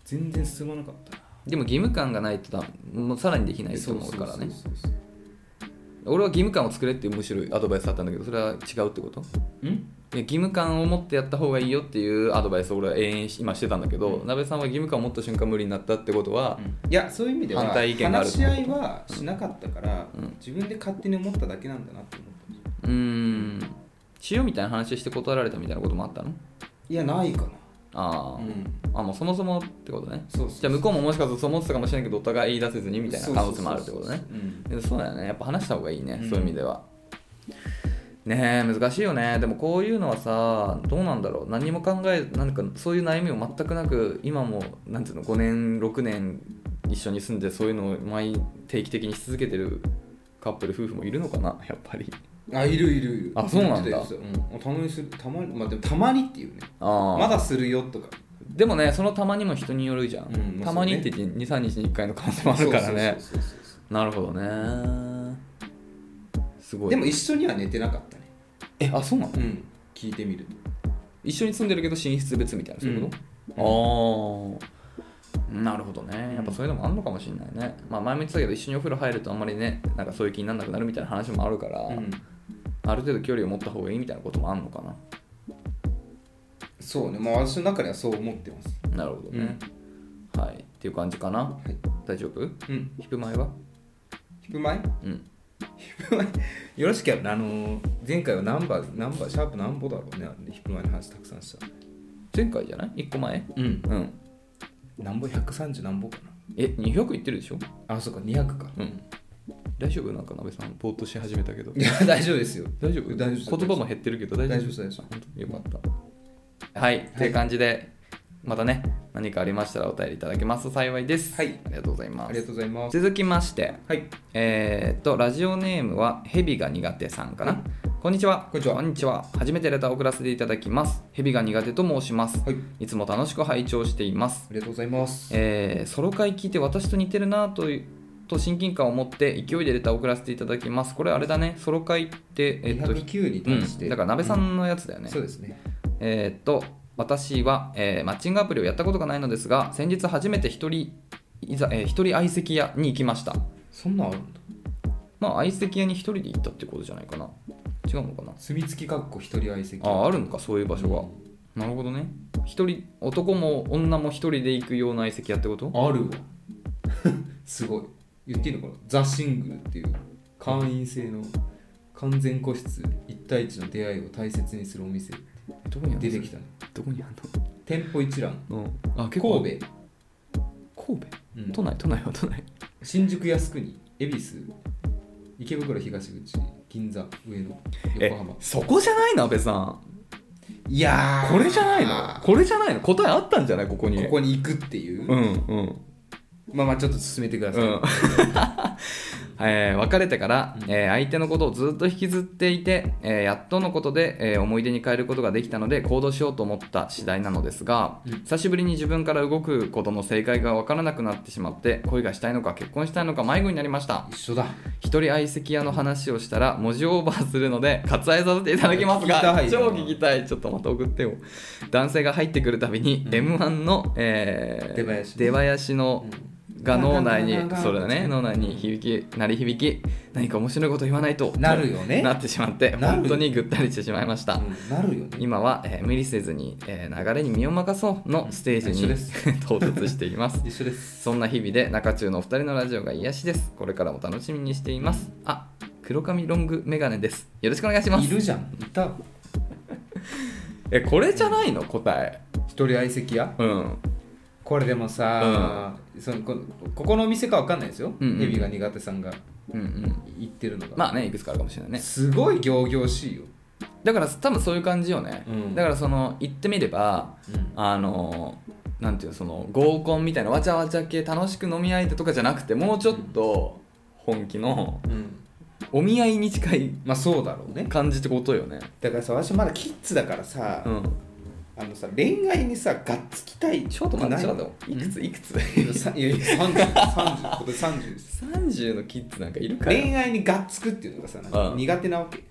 S1: 全然進まなかったな
S2: でも義務感がないとだもうさらにできないと思うからね
S1: そうそうそう
S2: 俺は義務感を作れっていうむしろアドバイスだったんだけどそれは違うってこと
S1: そうん
S2: いや義務感を持ってやった方がいいよっていうアドバイスを俺は永遠し今してたんだけど、なべさんは義務感を持った瞬間無理になったってことは、
S1: いやそういう意味では
S2: 反対意見がある
S1: 話し合いはしなかったから、
S2: うん
S1: 自分で勝手に思っただけなんだなって思ったんですよ
S2: うーん塩みたいな話して断られたみたいなこともあったの
S1: いやないかな
S2: あー、
S1: ん
S2: あもうそもそもってことね
S1: そうそう
S2: じゃあ向こうももしかするとそう思ってたかもしれないけどお互い言い出せずにみたいな可能性もあるってことね
S1: うん
S2: でそうだよねやっぱ話した方がいいね、
S1: うん
S2: そういう意味ではねえ難しいよねでもこういうのはさどうなんだろう何も考えなんかそういう悩みを全くなく今もなんていうの5年6年一緒に住んでそういうのを毎定期的にし続けてるカップル夫婦もいるのかなやっぱり
S1: あいるいるいる
S2: あそうなんだ
S1: 言ってたようん、たまにするたまにまあでもたまにっていうね
S2: ああ
S1: まだするよとか
S2: でもねそのたまにも人によるじゃん、
S1: うんまあ
S2: たまに
S1: そ
S2: っ
S1: う
S2: て
S1: ね
S2: 言って23日に1回の可能性もあるからね
S1: そうそうそうそう
S2: なるほどねす
S1: そ
S2: ご
S1: う
S2: い
S1: でも一緒には寝てなかったね
S2: えあそうなの
S1: うん聞いてみると
S2: 一緒に住んでるけど寝室別みたいなそういうこと、ああなるほどねやっぱそういうのもあるのかもしれないね、まあ、前も言ってたけど一緒にお風呂入るとあんまりねなんかそういう気にならなくなるみたいな話もあるから、
S1: うん
S2: ある程度距離を持った方がいいみたいなこともあるのかな
S1: そうねまあ私の中ではそう思ってます
S2: なるほどね、はいっていう感じかな
S1: はい
S2: 大丈夫
S1: うん
S2: 引く前は
S1: 引く前
S2: うん
S1: 引く前 よろしければあのー前回はナンバーナンバーシャープなんぼだろうね引く前の話たくさんした
S2: 前回じゃない1個前
S1: うん
S2: うん
S1: なんぼ130なんぼか
S2: え200いってるでしょ
S1: なあそうか200か
S2: うん大丈夫なんかなべさんぼーっとし始めたけど
S1: いや大丈夫ですよ
S2: 大丈夫
S1: 大丈夫です
S2: 言葉も減ってるけど大
S1: 大
S2: 丈夫
S1: 丈夫です大丈夫です
S2: よかった。はい、っていう感じで、またね、何かありましたらお便りいただけますと幸いです。
S1: はい
S2: ありがとうございま
S1: ありが
S2: す。
S1: とうございます
S2: 続きまして、
S1: はい
S2: えーっと、ラジオネームはヘビが苦手さんかな。こんにちは。
S1: こんにちは
S2: 初めてレターを送らせていただきます。ヘビが苦手と申します。
S1: はい
S2: いつも楽しく拝聴しています。
S1: りがとうございます
S2: えーソロ会聞いて私と似てるなというと親近感を持って勢いでレターを送らせていただきますこれあれだねソロ会ってえっと
S1: 209に
S2: うん
S1: 対して、
S2: だから鍋さんのやつだよね、
S1: そうですね
S2: えーっと私は、えーマッチングアプリをやったことがないのですが先日初めて一人いざ、えー一人相席屋に行きました
S1: そんなんあるんだ
S2: まあ相席屋に一人で行ったってことじゃないかな違うのかな
S1: 墨付きかっこ一人相席
S2: ああるのかそういう場所が、なるほどね一人男も女も一人で行くような相席屋ってこと
S1: あるわ すごい言っていいのかなザ・シングルっていう会員制の完全個室一対一の出会いを大切にするお店
S2: どこにある
S1: 出
S2: の
S1: てきたね
S2: どこにある
S1: 店舗一覧
S2: のうんあ
S1: 神
S2: 結構
S1: 戸、
S2: 神戸
S1: うん
S2: 都内都内は都内
S1: 新宿靖国恵比寿池袋東口銀座上野横浜
S2: そこじゃないなべさん
S1: いや
S2: これじゃないのこれじゃないの答えあったんじゃないここに
S1: ここに行くっていう、
S2: うんうん
S1: まあまあちょっと進めてくださ
S2: う
S1: い、
S2: ん えー別れてから、えー相手のことをずっと引きずっていて、えーやっとのことで、えー思い出に変えることができたので行動しようと思った次第なのですが、
S1: うん
S2: 久しぶりに自分から動くことの正解が分からなくなってしまって恋がしたいのか結婚したいのか迷子になりました
S1: 一緒だ
S2: 一人相席屋の話をしたら文字オーバーするので割愛させていただきますが
S1: 聞きたいな
S2: 超聞きたいちょっとまた送ってよ男性が入ってくるたびに
S1: うん
S2: m 1の、えー
S1: 出囃子
S2: 出囃子の、
S1: うん
S2: が脳内に
S1: ガンガンガンガン
S2: それだね脳内に響き鳴り響き何か面白いこと言わないと
S1: なるよね
S2: なってしまって
S1: なる
S2: 本当にぐったりしてしまいました、
S1: うんなるよね
S2: 今は、えー無理せずに、えー流れに身を任そうのステージ
S1: 一緒で
S2: に 到達しています
S1: 一緒です
S2: そんな日々で中中のお二人のラジオが癒しです。これからも楽しみにしています。あ、黒髪ロングメガネです。よろしくお願いしま
S1: い
S2: す。
S1: るじゃんいた
S2: え、これじゃないの答え。
S1: 一人相席屋
S2: うん。
S1: これでもさ、そのこここのお店かわかんないですよ、
S2: うんうん
S1: ヘビが苦手さんが
S2: うんうん。
S1: 言ってるのが、
S2: まあね、いくつかあるかもしれないね。
S1: すごい仰々しいよ、
S2: だから多分そういう感じよね。
S1: うん
S2: だからその、言ってみれば、あのー、なんていうのその合コンみたいなわちゃわちゃ系楽しく飲み相手とかじゃなくてもうちょっと本気の
S1: うん
S2: お見合いに近い
S1: まあそうだろうね
S2: 感じってことよね
S1: だからさ私まだキッズだからさ、
S2: うん
S1: あのさ恋愛にさがっつきたい
S2: ちょっと
S1: まあ
S2: 待っ
S1: ない
S2: てちょ
S1: の
S2: っといくついく つ
S1: さいやいや30 30 今年30です
S2: 30のキッズなんかいるから
S1: 恋愛にがっつくっていうのがさなんか
S2: うん
S1: 苦手なわけ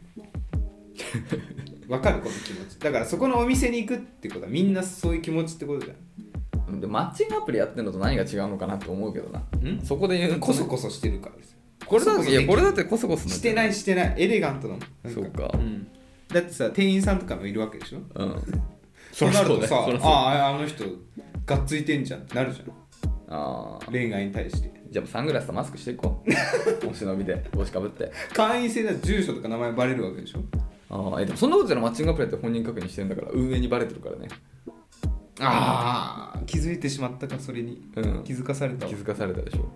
S1: わかるこの気持ちだからそこのお店に行くってことはみんなそういう気持ちってことじゃ
S2: でマッチングアプリやってるのと何が違うのかなって思うけどなんそこで言うとね
S1: こそこそしてるからですよ
S2: これだ
S1: こそこそ
S2: って
S1: で
S2: い
S1: き
S2: やこれだってこそこそ
S1: してないしてないエレガントなのなん
S2: そうか
S1: んだってさ店員さんとかもいるわけでしょ
S2: うんそりゃ
S1: となると
S2: そうだ
S1: さ
S2: よそりゃそう
S1: あああの人がっついてんじゃんってなるじゃん
S2: あー
S1: 恋愛に対して
S2: じゃあもうサングラスとマスクしていこ うお忍びで帽子かぶって
S1: 会員制だと住所とか名前バレるわけでしょ
S2: あーえでもそんなことじゃマッチングアプリって本人確認してるんだから運営にバレてるからね
S1: ああ気づいてしまったかそれに、
S2: うん
S1: 気づかされたわ
S2: 気づかされたでしょ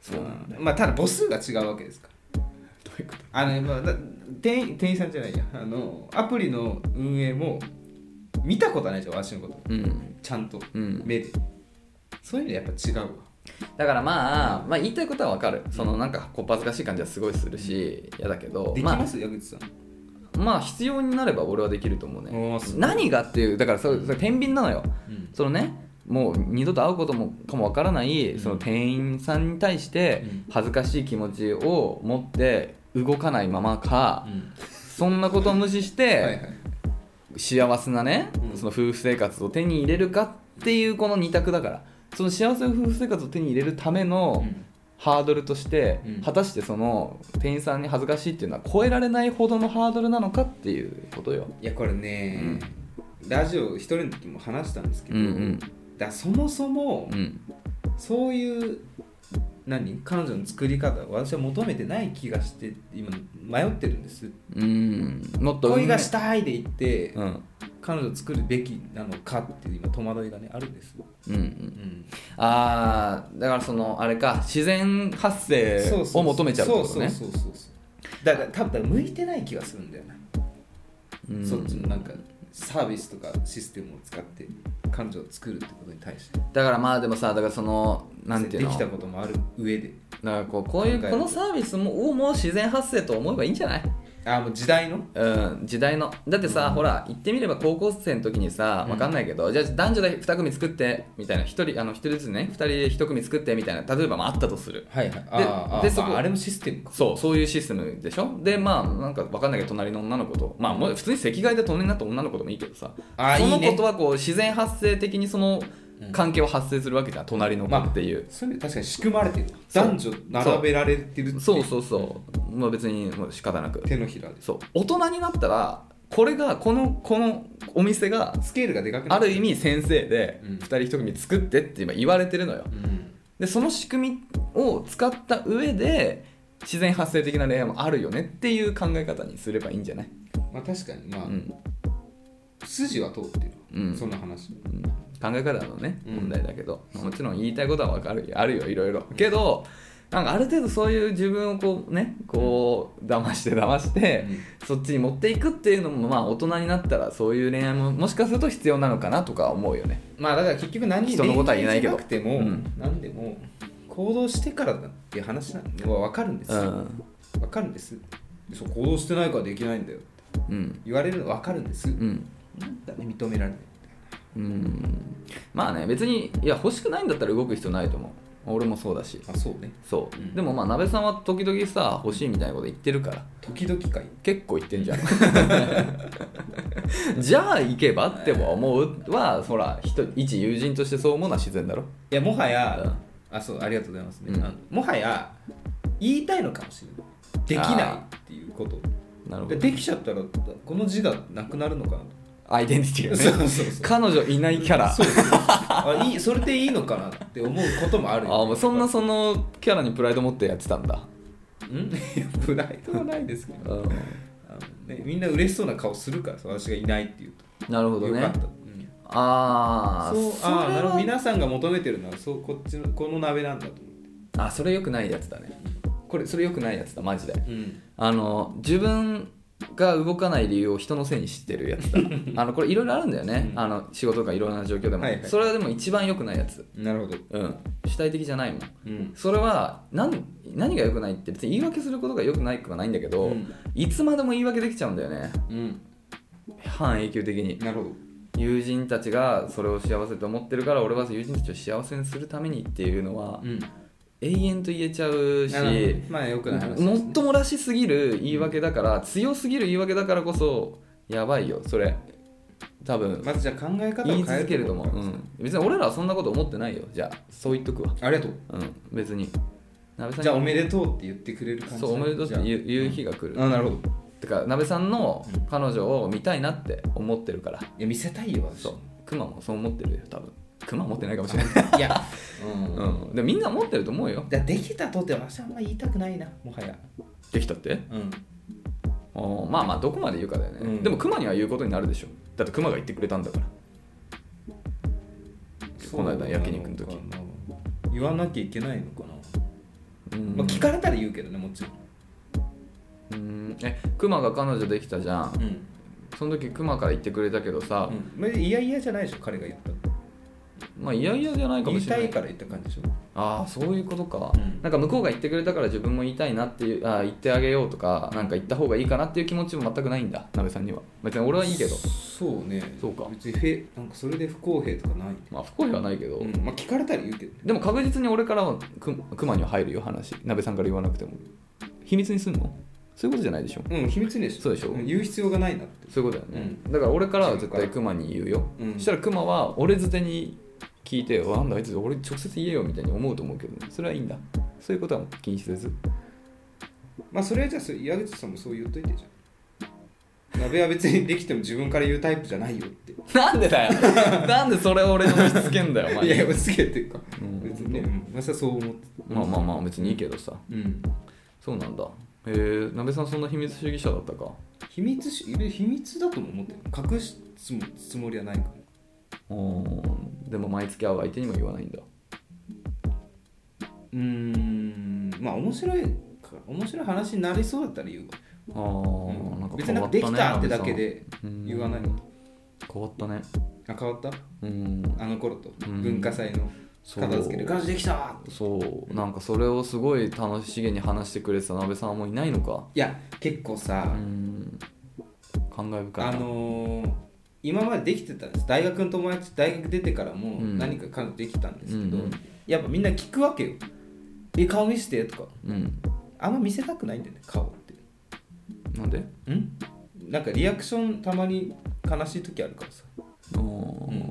S2: そうなんだ
S1: まあただ母数が違うわけですから
S2: どういうこと
S1: あの、まあ、だ店員店員さんじゃないやあのアプリの運営も見たことないじゃん私のこと
S2: うん
S1: ちゃんと
S2: うん
S1: 目で、そういうのやっぱ違うわ
S2: だからまあ、まあ、言いたいことはわかるそのなんかこう恥ずかしい感じはすごいするし嫌だけど
S1: でき
S2: まあ
S1: ます、矢口さん
S2: まあ必要になれば俺はできると思う
S1: お
S2: ね
S1: ーすごい
S2: 何がっていうだからそれそれ天秤なのよ
S1: うん
S2: そのねもう二度と会うこともかもわからない
S1: うん
S2: その店員さんに対して
S1: うん
S2: 恥ずかしい気持ちを持って動かないままかそんなことを無視し
S1: はいはい
S2: て幸せなね
S1: うん
S2: その夫婦生活を手に入れるかっていうこの二択だからその幸せな夫婦生活を手に入れるためのハードルとして
S1: うん
S2: 果たしてその店員さんに恥ずかしいっていうのは超えられないほどのハードルなのかっていうことよ。
S1: いやこれね、ラジオ一人の時も話したんですけ
S2: う
S1: ど、
S2: んうん
S1: だそもそも
S2: うん
S1: そういう何彼女の作り方を私は求めてない気がして今迷ってるんです
S2: うんもっと
S1: 恋がしたいで言って、
S2: うんうん
S1: 彼女を作るべきなのかっていう今戸惑いがねあるんです、
S2: うんう
S1: うんん、
S2: あーだからそのあれか自然発生を求めちゃうってことね
S1: そうそうそうそうそうだから多分向いてない気がするんだよね、
S2: うん
S1: そっちのなんかサービスとかシステムを使って彼女を作るってことに対して
S2: だからまあでもさだからそのなんていうの
S1: でき
S2: だ
S1: た
S2: か
S1: こともある上で
S2: らこうこういうこのサービスもをもう自然発生と思えばいいんじゃない
S1: あもう時代の
S2: うん、時代のだってさ、ほら言ってみれば高校生の時にさ分かんないけど、じゃあ男女で2組作ってみたいな1人あの一人ずつね2人で1組作ってみたいな例えばまああったとする
S1: はいはいあ
S2: で
S1: で
S2: そこ
S1: ああれもシステムか
S2: そうそういうシステムでしょでまあなんか分かんないけど隣の女の子とまあもう普通に席替えで隣になった女の子でもいいけどさ
S1: あ
S2: その
S1: いいね
S2: 子とはこう自然発生的にその関係を発生するわけじゃん隣の子っていう、
S1: そういう意味で確かに仕組まれてる
S2: そう
S1: 男女並べられてるってい
S2: そうそうそうまあ別にもう仕方なく
S1: 手のひらで
S2: そう大人になったらこれがこのこのお店が
S1: スケールがでかくな
S2: あ
S1: って
S2: る意味先生で
S1: うん
S2: 2人1組作ってって今言われてるのよ
S1: うん
S2: でその仕組みを使った上で自然発生的な恋愛もあるよねっていう考え方にすればいいんじゃない、
S1: まあ確かにまあ、
S2: うん
S1: 筋は通ってる、
S2: うん
S1: その話
S2: うん考え方のね
S1: うん
S2: 問題だけど、まあもちろん言いたいことはわかるよあるよいろいろけどなんかある程度そういう自分をこうねこう騙して騙して、そっちに持っていくっていうのもまあ大人になったらそういう恋愛ももしかすると必要なのかなとか思うよね
S1: まあだから結局何に
S2: 人のことは言えないけど
S1: 恋愛じゃなくても、
S2: うん
S1: 何でも行動してからだっていう話なんで分かるんです、
S2: う
S1: わ
S2: ん
S1: 分かるんですそう行動してないからできないんだよって
S2: うん
S1: 言われるの分かるんです、
S2: うん
S1: なんだね認められない
S2: うんまあね別にいや欲しくないんだったら動く必要ないと思う俺もそうだし
S1: あそうね
S2: そう、
S1: うん
S2: でもまあ鍋さんは時々さ欲しいみたいなこと言ってるから
S1: 時々かい
S2: 結構言ってんじゃんじゃあ行けばっては思うはほら人一友人としてそう思うのは自然だろ
S1: いやもはや、あそうありがとうございますね、
S2: うん
S1: あのもはや言いたいのかもしれないできない
S2: あ
S1: っていうこと
S2: なるほ
S1: で
S2: ど
S1: できちゃったらこの字がなくなるのかな
S2: アイデンティティ
S1: と
S2: がね
S1: そうそう そう
S2: 彼女いないキャラ
S1: そうそうあいいそれでいいのかなって思うこともあるよ
S2: あもうそんなそのキャラにプライド持ってやってたんだ、
S1: うんいやプライドはないですけど
S2: うん、
S1: あの、ね、みんな嬉しそうな顔するからさ私がいないっていう
S2: なるほ
S1: と
S2: ど
S1: よか
S2: ね
S1: った、うん
S2: ああ
S1: そうあーなるほど皆さんが求めてるのはそうこっちのこの鍋なんだと思って
S2: あそれよくないやつだねこれそれよくないやつだマジで
S1: うん
S2: あの自分が動かない理由を人のせいにしてるや つだあのこれいろいろあるんだよね、
S1: うん
S2: あの仕事とかいろんな状況でも、
S1: はいはい
S2: それはでも一番良くないやつ
S1: なるほど
S2: うん主体的じゃないもん
S1: うん
S2: それは何何が良くないって別に言い訳することが良くないくはないんだけど、
S1: うん
S2: いつまでも言い訳できちゃうんだよね
S1: うん
S2: 半永久的に
S1: なるほど
S2: 友人たちがそれを幸せと思ってるから俺は友人たちを幸せにするためにっていうのは
S1: うん
S2: 永遠と言えちゃうし
S1: あのまあよくない話です
S2: もっともらしすぎる言い訳だから強すぎる言い訳だからこそやばいよそれ多分
S1: まずじゃあ考え方を
S2: 言い
S1: 変え
S2: 続けると思う、うん、別に俺らはそんなこと思ってないよじゃあそう言っとくわ
S1: ありがとう
S2: うん別に鍋さんに
S1: じゃあおめでとうって言ってくれる感じ
S2: そうおめでとうって
S1: う
S2: 言う言う日が来る、
S1: あなるほどい
S2: てか鍋さんの彼女を見たいなって思ってるから
S1: や見せたいよ私
S2: そうクマもそう思ってるよ多分クマ持ってないかもしれない、
S1: いやうん
S2: うん、でもみんな持ってると思うよ
S1: だからできたとて私はあんま言いたくないなもはや
S2: できたって
S1: うん
S2: おーまあまあどこまで言うかだよね、
S1: うん
S2: でもクマには言うことになるでしょだってクマが言ってくれたんだからこの間焼肉の時
S1: そうなのかな言わなきゃいけないのかな、
S2: うん
S1: まあ、聞かれたら言うけどねもちろん
S2: うんえクマが彼女できたじゃん
S1: うん、
S2: その時クマから言ってくれたけどさ、
S1: まあ、いやいやじゃないでしょ彼が言った
S2: まあいやいやじゃないか
S1: 言
S2: も
S1: い
S2: しれ
S1: た
S2: ない
S1: いから言った感じでしょ
S2: ああそういうことか、
S1: うん
S2: なんか向こうが言ってくれたから自分も言いたいなっていうあー言ってあげようとかなんか言った方がいいかなっていう気持ちも全くないんだなべさんには別に俺はいいけど
S1: そうね
S2: そうか
S1: 別にへなんかそれで不公平とかない、
S2: まあ不幸ではないけど、
S1: うん、まあ聞かれたら言うけどね
S2: でも確実に俺からはククマには入るよ話なべさんから言わなくても秘密にすんのそういうことじゃないでしょ
S1: うん秘密にし
S2: そうでしょ
S1: ん言う必要がないなって
S2: そういうことだよね、だから俺からは絶
S1: そう
S2: 対
S1: か
S2: クマに言うよ、
S1: うん
S2: そしたらクマは俺づてに聞いてわなんだあいつ俺直接言えよみたいに思うと思うけどねそれはいいんだそういうことは気にせず
S1: まあそれはじゃあそれ矢口さんもそう言っといてじゃん鍋は別にできても自分から言うタイプじゃないよって
S2: なんでだよ なんでそれを俺に押し付けんだよお
S1: いや
S2: 前
S1: いやぶつけっていうか、
S2: うん
S1: 別にね、うん、まさそう思って
S2: まあまあまあ別にいいけどさ
S1: うん
S2: そうなんだへえなべさんそんな秘密主義者だったか
S1: 秘密しいる秘密だとも思ってる隠すつもつもりはないから
S2: おーでも毎月会う相手にも言わないんだ
S1: うーんまあ面白いか面白い話になりそうだったら言うわ
S2: あー、なんか
S1: 別に
S2: 変
S1: なんか
S2: わったね
S1: できたってだけ
S2: なべ
S1: で
S2: さん
S1: 言わない
S2: うん変わったね
S1: あ変わった
S2: うん
S1: あの頃と
S2: うん
S1: 文化祭の
S2: そう
S1: 片付ける感じできた
S2: そうなんかそれをすごい楽しげに話してくれてた鍋さんはもういないのか
S1: いや結構さ、
S2: うん感慨深いな
S1: あのー今までできてたんです大学の友達大学出てからも
S2: うん
S1: 何か彼女できたんですけど、
S2: うんうん
S1: やっぱみんな聞くわけよ「え顔見せて」とか
S2: うん
S1: あんま見せたくないんだよね顔って
S2: なんで
S1: うんなんかリアクションたまに悲しい時あるからさ
S2: あー
S1: うん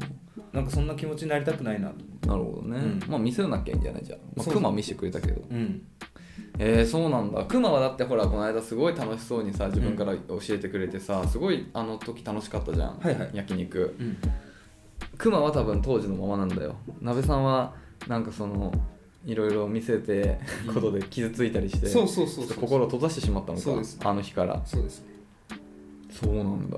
S1: なんかそんな気持ちになりたくないなと
S2: なるほどね、
S1: うん
S2: まあ見せなきゃいいんじゃないじゃん、まあ、
S1: そう
S2: クマ見せてくれたけど
S1: うん
S2: えー、そうなんだクマはだってほらこの間すごい楽しそうにさ自分から教えてくれてさすごいあの時楽しかったじゃん、
S1: はいはい
S2: 焼肉
S1: うん
S2: クマは多分当時のままなんだよ鍋さんはなんかそのいろいろ見せて
S1: うん
S2: ことで傷ついたりして、
S1: そうそうそう
S2: ちょっと
S1: そう
S2: 心を閉ざしてしまったのか
S1: そうです
S2: あの日から
S1: そうですね
S2: そうなんだ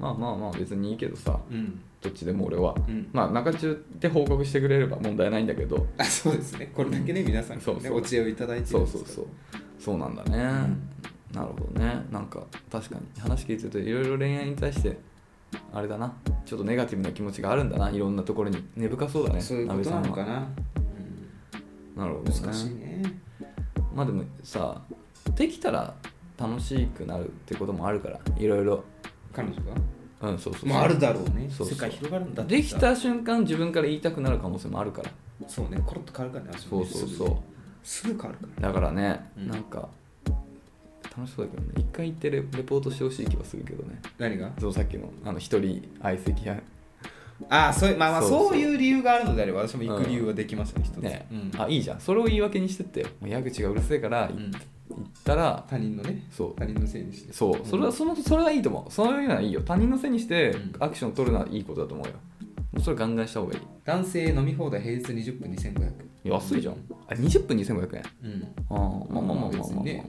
S2: まあまあまあ別にいいけどさ
S1: うん
S2: どっちでも俺は
S1: うん
S2: まあ中中で報告してくれれば問題ないんだけど
S1: あそうですねこれだけね皆さん
S2: そ
S1: から
S2: う
S1: ね
S2: そう
S1: お知恵をいただいてる
S2: そ
S1: ん
S2: う
S1: です
S2: そ
S1: か
S2: う
S1: ら
S2: そうそうなんだね、なるほどねなんか確かに話聞いてるといろいろ恋愛に対してあれだなちょっとネガティブな気持ちがあるんだないろんなところに根深そうだね
S1: そういうことなのか
S2: な
S1: な、
S2: なるほ
S1: うん
S2: どね
S1: 難しいね
S2: まあでもさできたら楽しくなるってこともあるからいろいろ
S1: 彼女が
S2: うんそうそうそう
S1: まああるだろうね
S2: そうそう
S1: 世界広がるんだって
S2: できた瞬間自分から言いたくなる可能性もあるから
S1: そうねコロッと変わるからね
S2: そうそう
S1: すぐ
S2: そう
S1: すぐ変わるから
S2: だからね、
S1: うん
S2: なんか楽しそうだけどね一回行ってレレポートしてほしい気はするけどね
S1: 何が
S2: そうさっきのあの一人相席や
S1: ああそういうまあまあ
S2: そうそう
S1: そういう理由があるのであれば私も行く理由はできましたね一つ、
S2: ね、
S1: うん
S2: あいいじゃんそれを言い訳にしてってよもう矢口がうるせえから、
S1: うん
S2: 行ったら
S1: 他人のね
S2: そう
S1: 他人のせいにして
S2: そう、それはそのそれはいいと思うそういうのはいいよ他人のせいにして
S1: うん
S2: アクション取るのはいいことだと思うよもうそれガンガンした方がいい
S1: 男性飲み放題平日20分2500
S2: 安いじゃんあ20分2500円
S1: うん
S2: ああまあまあまあまあまあ、
S1: 別
S2: まあ
S1: にね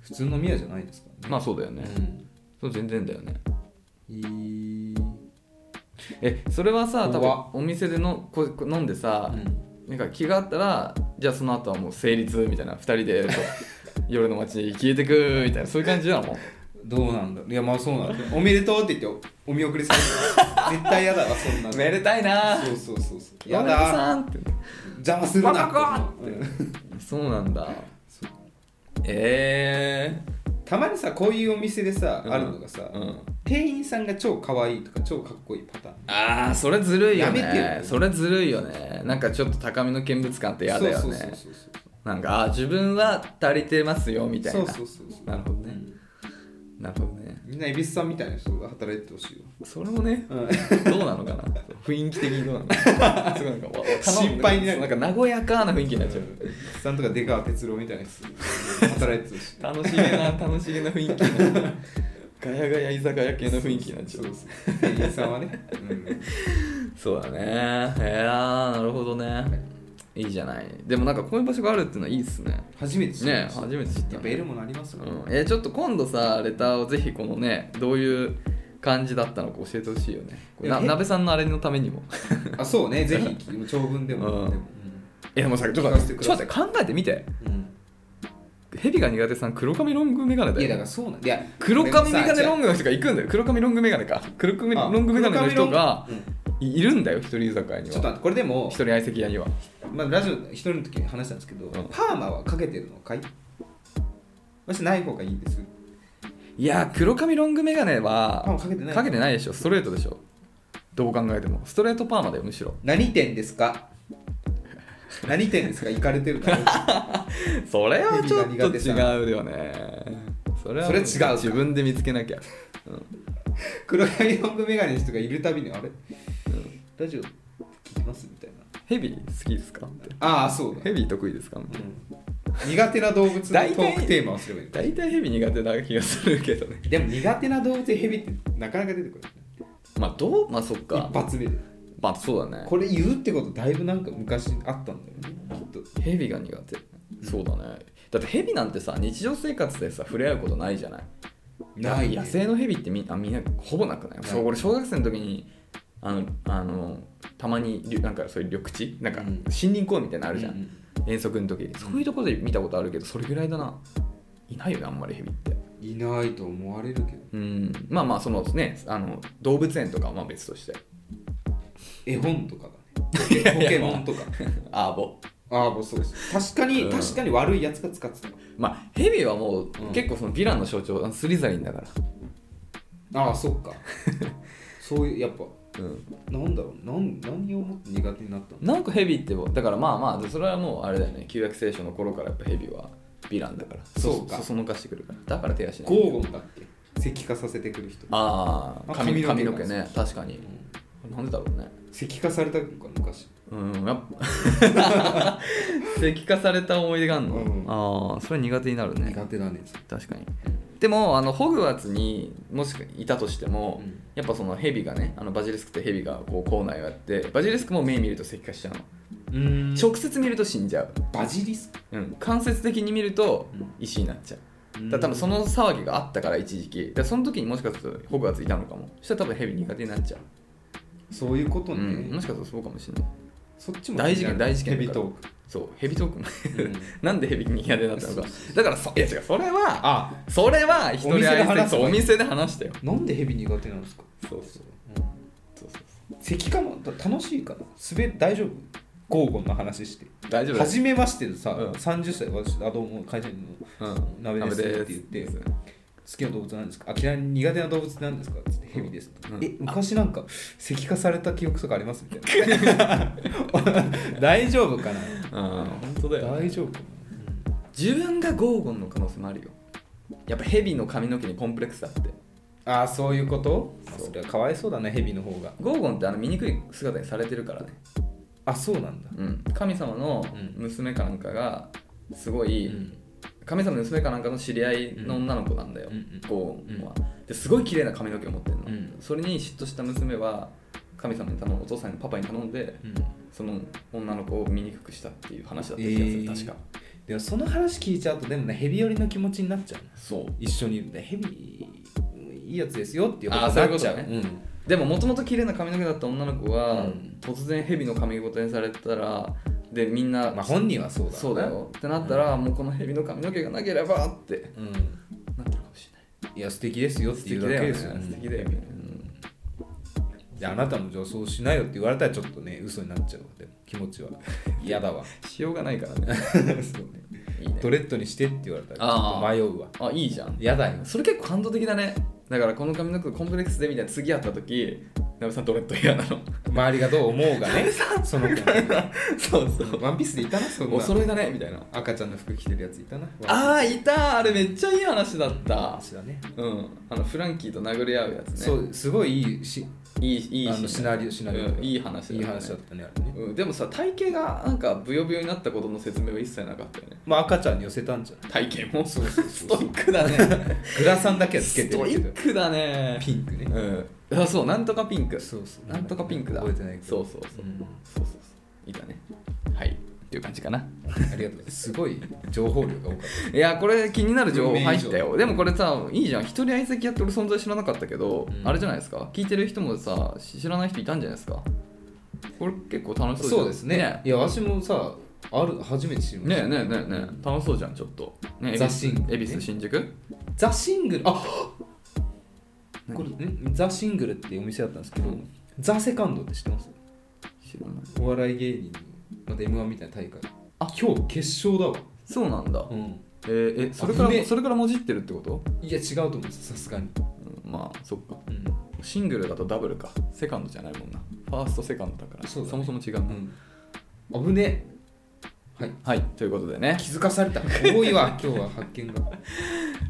S1: 普通の宮じゃないですから
S2: うん
S1: ね
S2: まあそうだよね、
S1: うん
S2: そう全然だよね
S1: いい
S2: えそれはさ多
S1: 怖
S2: 分お店でのここ飲んでさ
S1: う、ん
S2: なんか気があったらじゃあその後はもう成立みたいな2人で 夜の街に消えてくみたいなそういう感じなの
S1: どうなんだいやまあそうなんだよおめでとうって言っておお見送りされ る絶対嫌だわそんなの
S2: めでたいな
S1: そうそうそうそう
S2: や
S1: や
S2: だ
S1: だ
S2: さんって
S1: 邪魔するな
S2: バカか
S1: うん
S2: そうなんだ
S1: そう
S2: え
S1: たまにさこういうお店でさ、
S2: うん
S1: あるのがさ、
S2: ー、うん、
S1: 店員さんが超可愛いとか超かっこいいパターン
S2: あーそれずるいよね
S1: やめてよ
S2: それずるいよねなんかちょっと高みの見物感って嫌だよね
S1: そうそうそうそう
S2: なんかあー自分は足りてますよみたい
S1: そ
S2: な
S1: うそうそうそう
S2: なるほどね
S1: うん
S2: なるほどね
S1: みんな恵比寿さんみたいな人が働いてほしいよ、
S2: それもね
S1: うん、
S2: どうなのかな雰囲気的にどうなのか なすごいなんかわ
S1: 心配になる
S2: んか和やかな雰囲気になっちゃう
S1: さんとか出川哲朗みたいな人が働いてほしい
S2: 楽しげ な楽しげな雰囲気になっちゃうガヤガヤ居酒屋系の雰囲気になっちゃう
S1: そうそう店員さんはね、うん、
S2: そうだねへえなるほどねいいじゃないでもなんかこういう場所があるっていうのはいいっすね
S1: 初めて知
S2: ね
S1: ました
S2: 初めて知った
S1: やっぱ得るものありますよ、
S2: うん、えーちょっと今度さレターをぜひこのねどういう感じだったのか教えてほしいよね
S1: い
S2: な
S1: やえ
S2: 鍋さんのあれのためにも
S1: あそうねぜひ長文でも、
S2: うん
S1: でも
S2: えでもさちょっと
S1: 聞
S2: 待
S1: か
S2: っ
S1: せ
S2: て
S1: て
S2: ちょっと待って考えてみて
S1: うんうん
S2: 蛇が苦手さん黒髪ロングメガネだ
S1: い
S2: よ
S1: やだからそうなんいや
S2: 黒髪メガネロ
S1: ン
S2: ングの人が行くんだよ黒髪ロングメガネか黒髪ロングメガネの人がいいるんだよ一人居酒屋に
S1: ちょっと待
S2: は
S1: ってこれでも
S2: 一人相席屋には
S1: まあ、ラジオ一人の時に話したんですけど、
S2: ん
S1: パーマはかけてるのかい私ない方がいいです
S2: いやー黒髪ロングメガネは
S1: パーマかけてない
S2: かけてないでしょストレートでしょどう考えてもストレートパーマだよむしろ
S1: 何点ですか何点ですか行かれてるから
S2: それはちょっ
S1: 蛇
S2: と
S1: が苦手さ
S2: 違うよねそれは
S1: それ違うか
S2: 自分で見つけなきゃ
S1: 黒髪ロングメガネの人がいるたびにあれ、ラジオ聞きますみたいな
S2: ヘビ好きですかって
S1: ああそうだ、
S2: ヘビ得意ですかみたいな
S1: うん、苦手な動物のト
S2: 大体
S1: ークテーマをすればいい
S2: 大体ヘビ苦手な気がするけどね
S1: でも苦手な動物でヘビってなかなか出てくる、
S2: まあどうまあそっか
S1: 一発目で
S2: まあそうだね
S1: これ言うってことだいぶなんか昔あったんだよねきっと
S2: ヘビが苦手、そうだねだってヘビなんてさ日常生活でさ触れ合うことないじゃない
S1: ない
S2: 野生のヘビってみあみんなほぼなくない
S1: ない
S2: そう俺小学生の時にあのあのたまにりゅなんかそういう緑地なんか
S1: うん
S2: 森林公園みたいなのあるじゃん、
S1: う
S2: 遠足の時そういうところで見たことあるけどそれぐらいだないないよねあんまりヘビって
S1: いないと思われるけど
S2: うんまあまあそのねあの動物園とかはまあ別として
S1: 絵本とかだね ポケポケモンとか。
S2: アーボ
S1: ああ、もうそうです。確かに、
S2: うん
S1: 確かに悪いやつが使ってたの。
S2: まあヘビはもう、
S1: ん
S2: 結構そのヴィランの象徴スリザリンだか
S1: ああ、そっか。そういう、やっぱ、
S2: ら、うん、
S1: なんだろう、なん何をもって苦手になったの
S2: なんかヘビってだからまあまあそれはもうあれだよね旧約聖書の頃からやっぱヘビはヴィランだから
S1: そうか
S2: そそのかしてくるからだから手足ない
S1: ゴーゴンだっけ石化させてくる人。
S2: ああ
S1: あ
S2: 髪
S1: 髪
S2: 髪の
S1: の
S2: 毛
S1: 毛
S2: ね確かに
S1: うん
S2: なんでだろうね
S1: 石化されたのか、昔。
S2: うんやっぱ 石化された思い出があるの、
S1: うん
S2: ああそれ苦手になるね
S1: 苦手だね。
S2: 確かにでもあのホグワーツにもしいたとしても、
S1: うん
S2: やっぱそのヘビがねあのバジリスクってヘビがこう校内をやってバジリスクも目見ると石化しちゃうの、
S1: うん
S2: 直接見ると死んじゃう、
S1: バジリスク
S2: うん、間接的に見ると
S1: うん
S2: 石になっちゃう、だから多分その騒ぎがあったから一時期でその時にもしかするとホグワーツいたのかもそしたら多分ヘビ苦手になっちゃう
S1: そういうことね、
S2: うん、もしかするとそうかもしれない
S1: そっちも
S2: 大事件大事件
S1: ヘビトーク
S2: そうヘビトークも
S1: うん
S2: なんでヘビに嫌手になったの
S1: そう
S2: かだからそいや違うそれは
S1: あ
S2: それは一人
S1: お店で
S2: 相手
S1: 話
S2: そうお店で話したよ
S1: なんでヘビ苦手なんですか
S2: そうそうそうそう
S1: 咳かもだ楽しいかな滑大丈夫ゴーゴンの話して
S2: 大丈夫です
S1: 初めましてでさ、
S2: うん
S1: 30歳私あどうも会社員の
S2: う
S1: 鍋
S2: ん
S1: です
S2: 鍋
S1: って言って好きな動物なんですかあ嫌い苦手な動物なんですかつってヘビですと、
S2: うん
S1: え昔なんか咳化された記憶とかありますみたい な大丈夫かな
S2: うん本当だよ
S1: 大丈夫かな
S2: 自分がゴーゴンの可能性もあるよやっぱヘビの髪の毛にコンプレックスあって
S1: ああそういうことあ
S2: そう
S1: それはかわいそうだねヘビの方が
S2: ゴーゴンってあの醜い姿にされてるからね、
S1: あそうなんだ
S2: うん、神様の
S1: うん
S2: 娘かなんかがすごい、
S1: うん
S2: 神様の娘かなんかの知り合いの女の子なんだよ、
S1: うんうん
S2: ゴーゴンは、ですごい綺麗な髪の毛を持ってるの、
S1: うん
S2: それに嫉妬した娘は神様に頼むお父さんにパパに頼んで
S1: うん
S2: その女の子を醜くしたっていう話だった気がする、
S1: えー
S2: 確か
S1: でもその話聞いちゃうとでもねヘビ寄りの気持ちになっちゃうの
S2: そう
S1: 一緒にいるんでヘビいいやつですよっていう
S2: あー
S1: に
S2: そうい
S1: な
S2: うこ
S1: っ
S2: と
S1: ちゃう
S2: ねでももともと綺麗な髪の毛だった女の子
S1: う
S2: は、
S1: ん
S2: 突然蛇の髪型にされてたらでみんな、
S1: うんまあ本人はそうだろ
S2: そうだよってなったら、もうこの蛇の髪の毛がなければって
S1: うん
S2: なってるかもしれない
S1: いや素敵ですよって
S2: 素
S1: い
S2: 敵
S1: う
S2: だ
S1: だ
S2: よ
S1: け
S2: ね
S1: ですよ
S2: 素敵だよね、
S1: じゃああなたの女装しないよって言われたらちょっとね嘘になっちゃうわでも気持ちは嫌だわ
S2: しようがないからね
S1: そう ね
S2: いいね
S1: ドレッドにしてって言われたらちょっと迷うわ
S2: あいいじゃん
S1: 嫌だよ
S2: それ結構感動的だねだからこの髪の毛コンプレックスでみたいな次会った時ナベさんドレッド嫌な の
S1: 周りがどう思う がねその子
S2: そうそ
S1: ワンピースでいたなそん
S2: お
S1: な
S2: 揃いだねみたいな
S1: 赤ちゃんの服着てるやついたな
S2: ああいたあれめっちゃいい話だった
S1: 私だね
S2: うんあのフランキーと殴り合うやつね
S1: そうすごいいいし
S2: いいいい
S1: あのシナリオシナリオ
S2: うんいい話だ
S1: いい話だったねあれね、
S2: うん、でもさ体型がなんかブヨブヨになったことの説明は一切なかったよね
S1: まあ赤ちゃんに寄せたんじゃない
S2: 体型も
S1: そうそう
S2: ス
S1: そう
S2: トイック だね
S1: グラサンだけはつけ
S2: ス
S1: て
S2: ト
S1: る
S2: イ
S1: けど
S2: ックだね
S1: ピンクね、
S2: うんあそうなんとかピンク
S1: そうそう
S2: なんとかピンクだ
S1: 覚えてないけど
S2: そうそうそう、
S1: うん
S2: そうそうそういたねはいっていう感じかな
S1: ありがとうございますすごい情報量が多かっ
S2: いやこれ気になる情報入っ
S1: 運命以
S2: たよ
S1: 上
S2: でもこれさいいじゃん一人相席やって俺存在知らなかったけど、
S1: うん
S2: あれじゃないですか聞いてる人もさし知らない人いたんじゃないですかこれ結構楽
S1: た
S2: しそ
S1: そう
S2: うじゃん
S1: ですねいや私もさある初めて知りまし
S2: ね
S1: た
S2: えねえねえねえ楽しそうじゃんちょっとね
S1: ザシングル
S2: 恵比寿新宿
S1: ザ・シングルあこれんザ・シングルっていうお店だったんですけど、
S2: うん
S1: ザ・セカンドって知ってます
S2: 知らない
S1: お笑い芸人のまた m 1みたいな大会
S2: あ
S1: 今日決勝だわ、
S2: そうなんだ、
S1: うん、
S2: えーえそれから
S1: 夢
S2: それからもじってるってこと、
S1: いや違うと思うんですさすがに、
S2: うんまあそっか
S1: うん
S2: シングルだとダブルかセカンドじゃないもんなファーストセカンドだから
S1: そうだね
S2: もそも違うな、
S1: うん、危ねはい
S2: はいということでね
S1: 気づかされた多い わ今日は発見が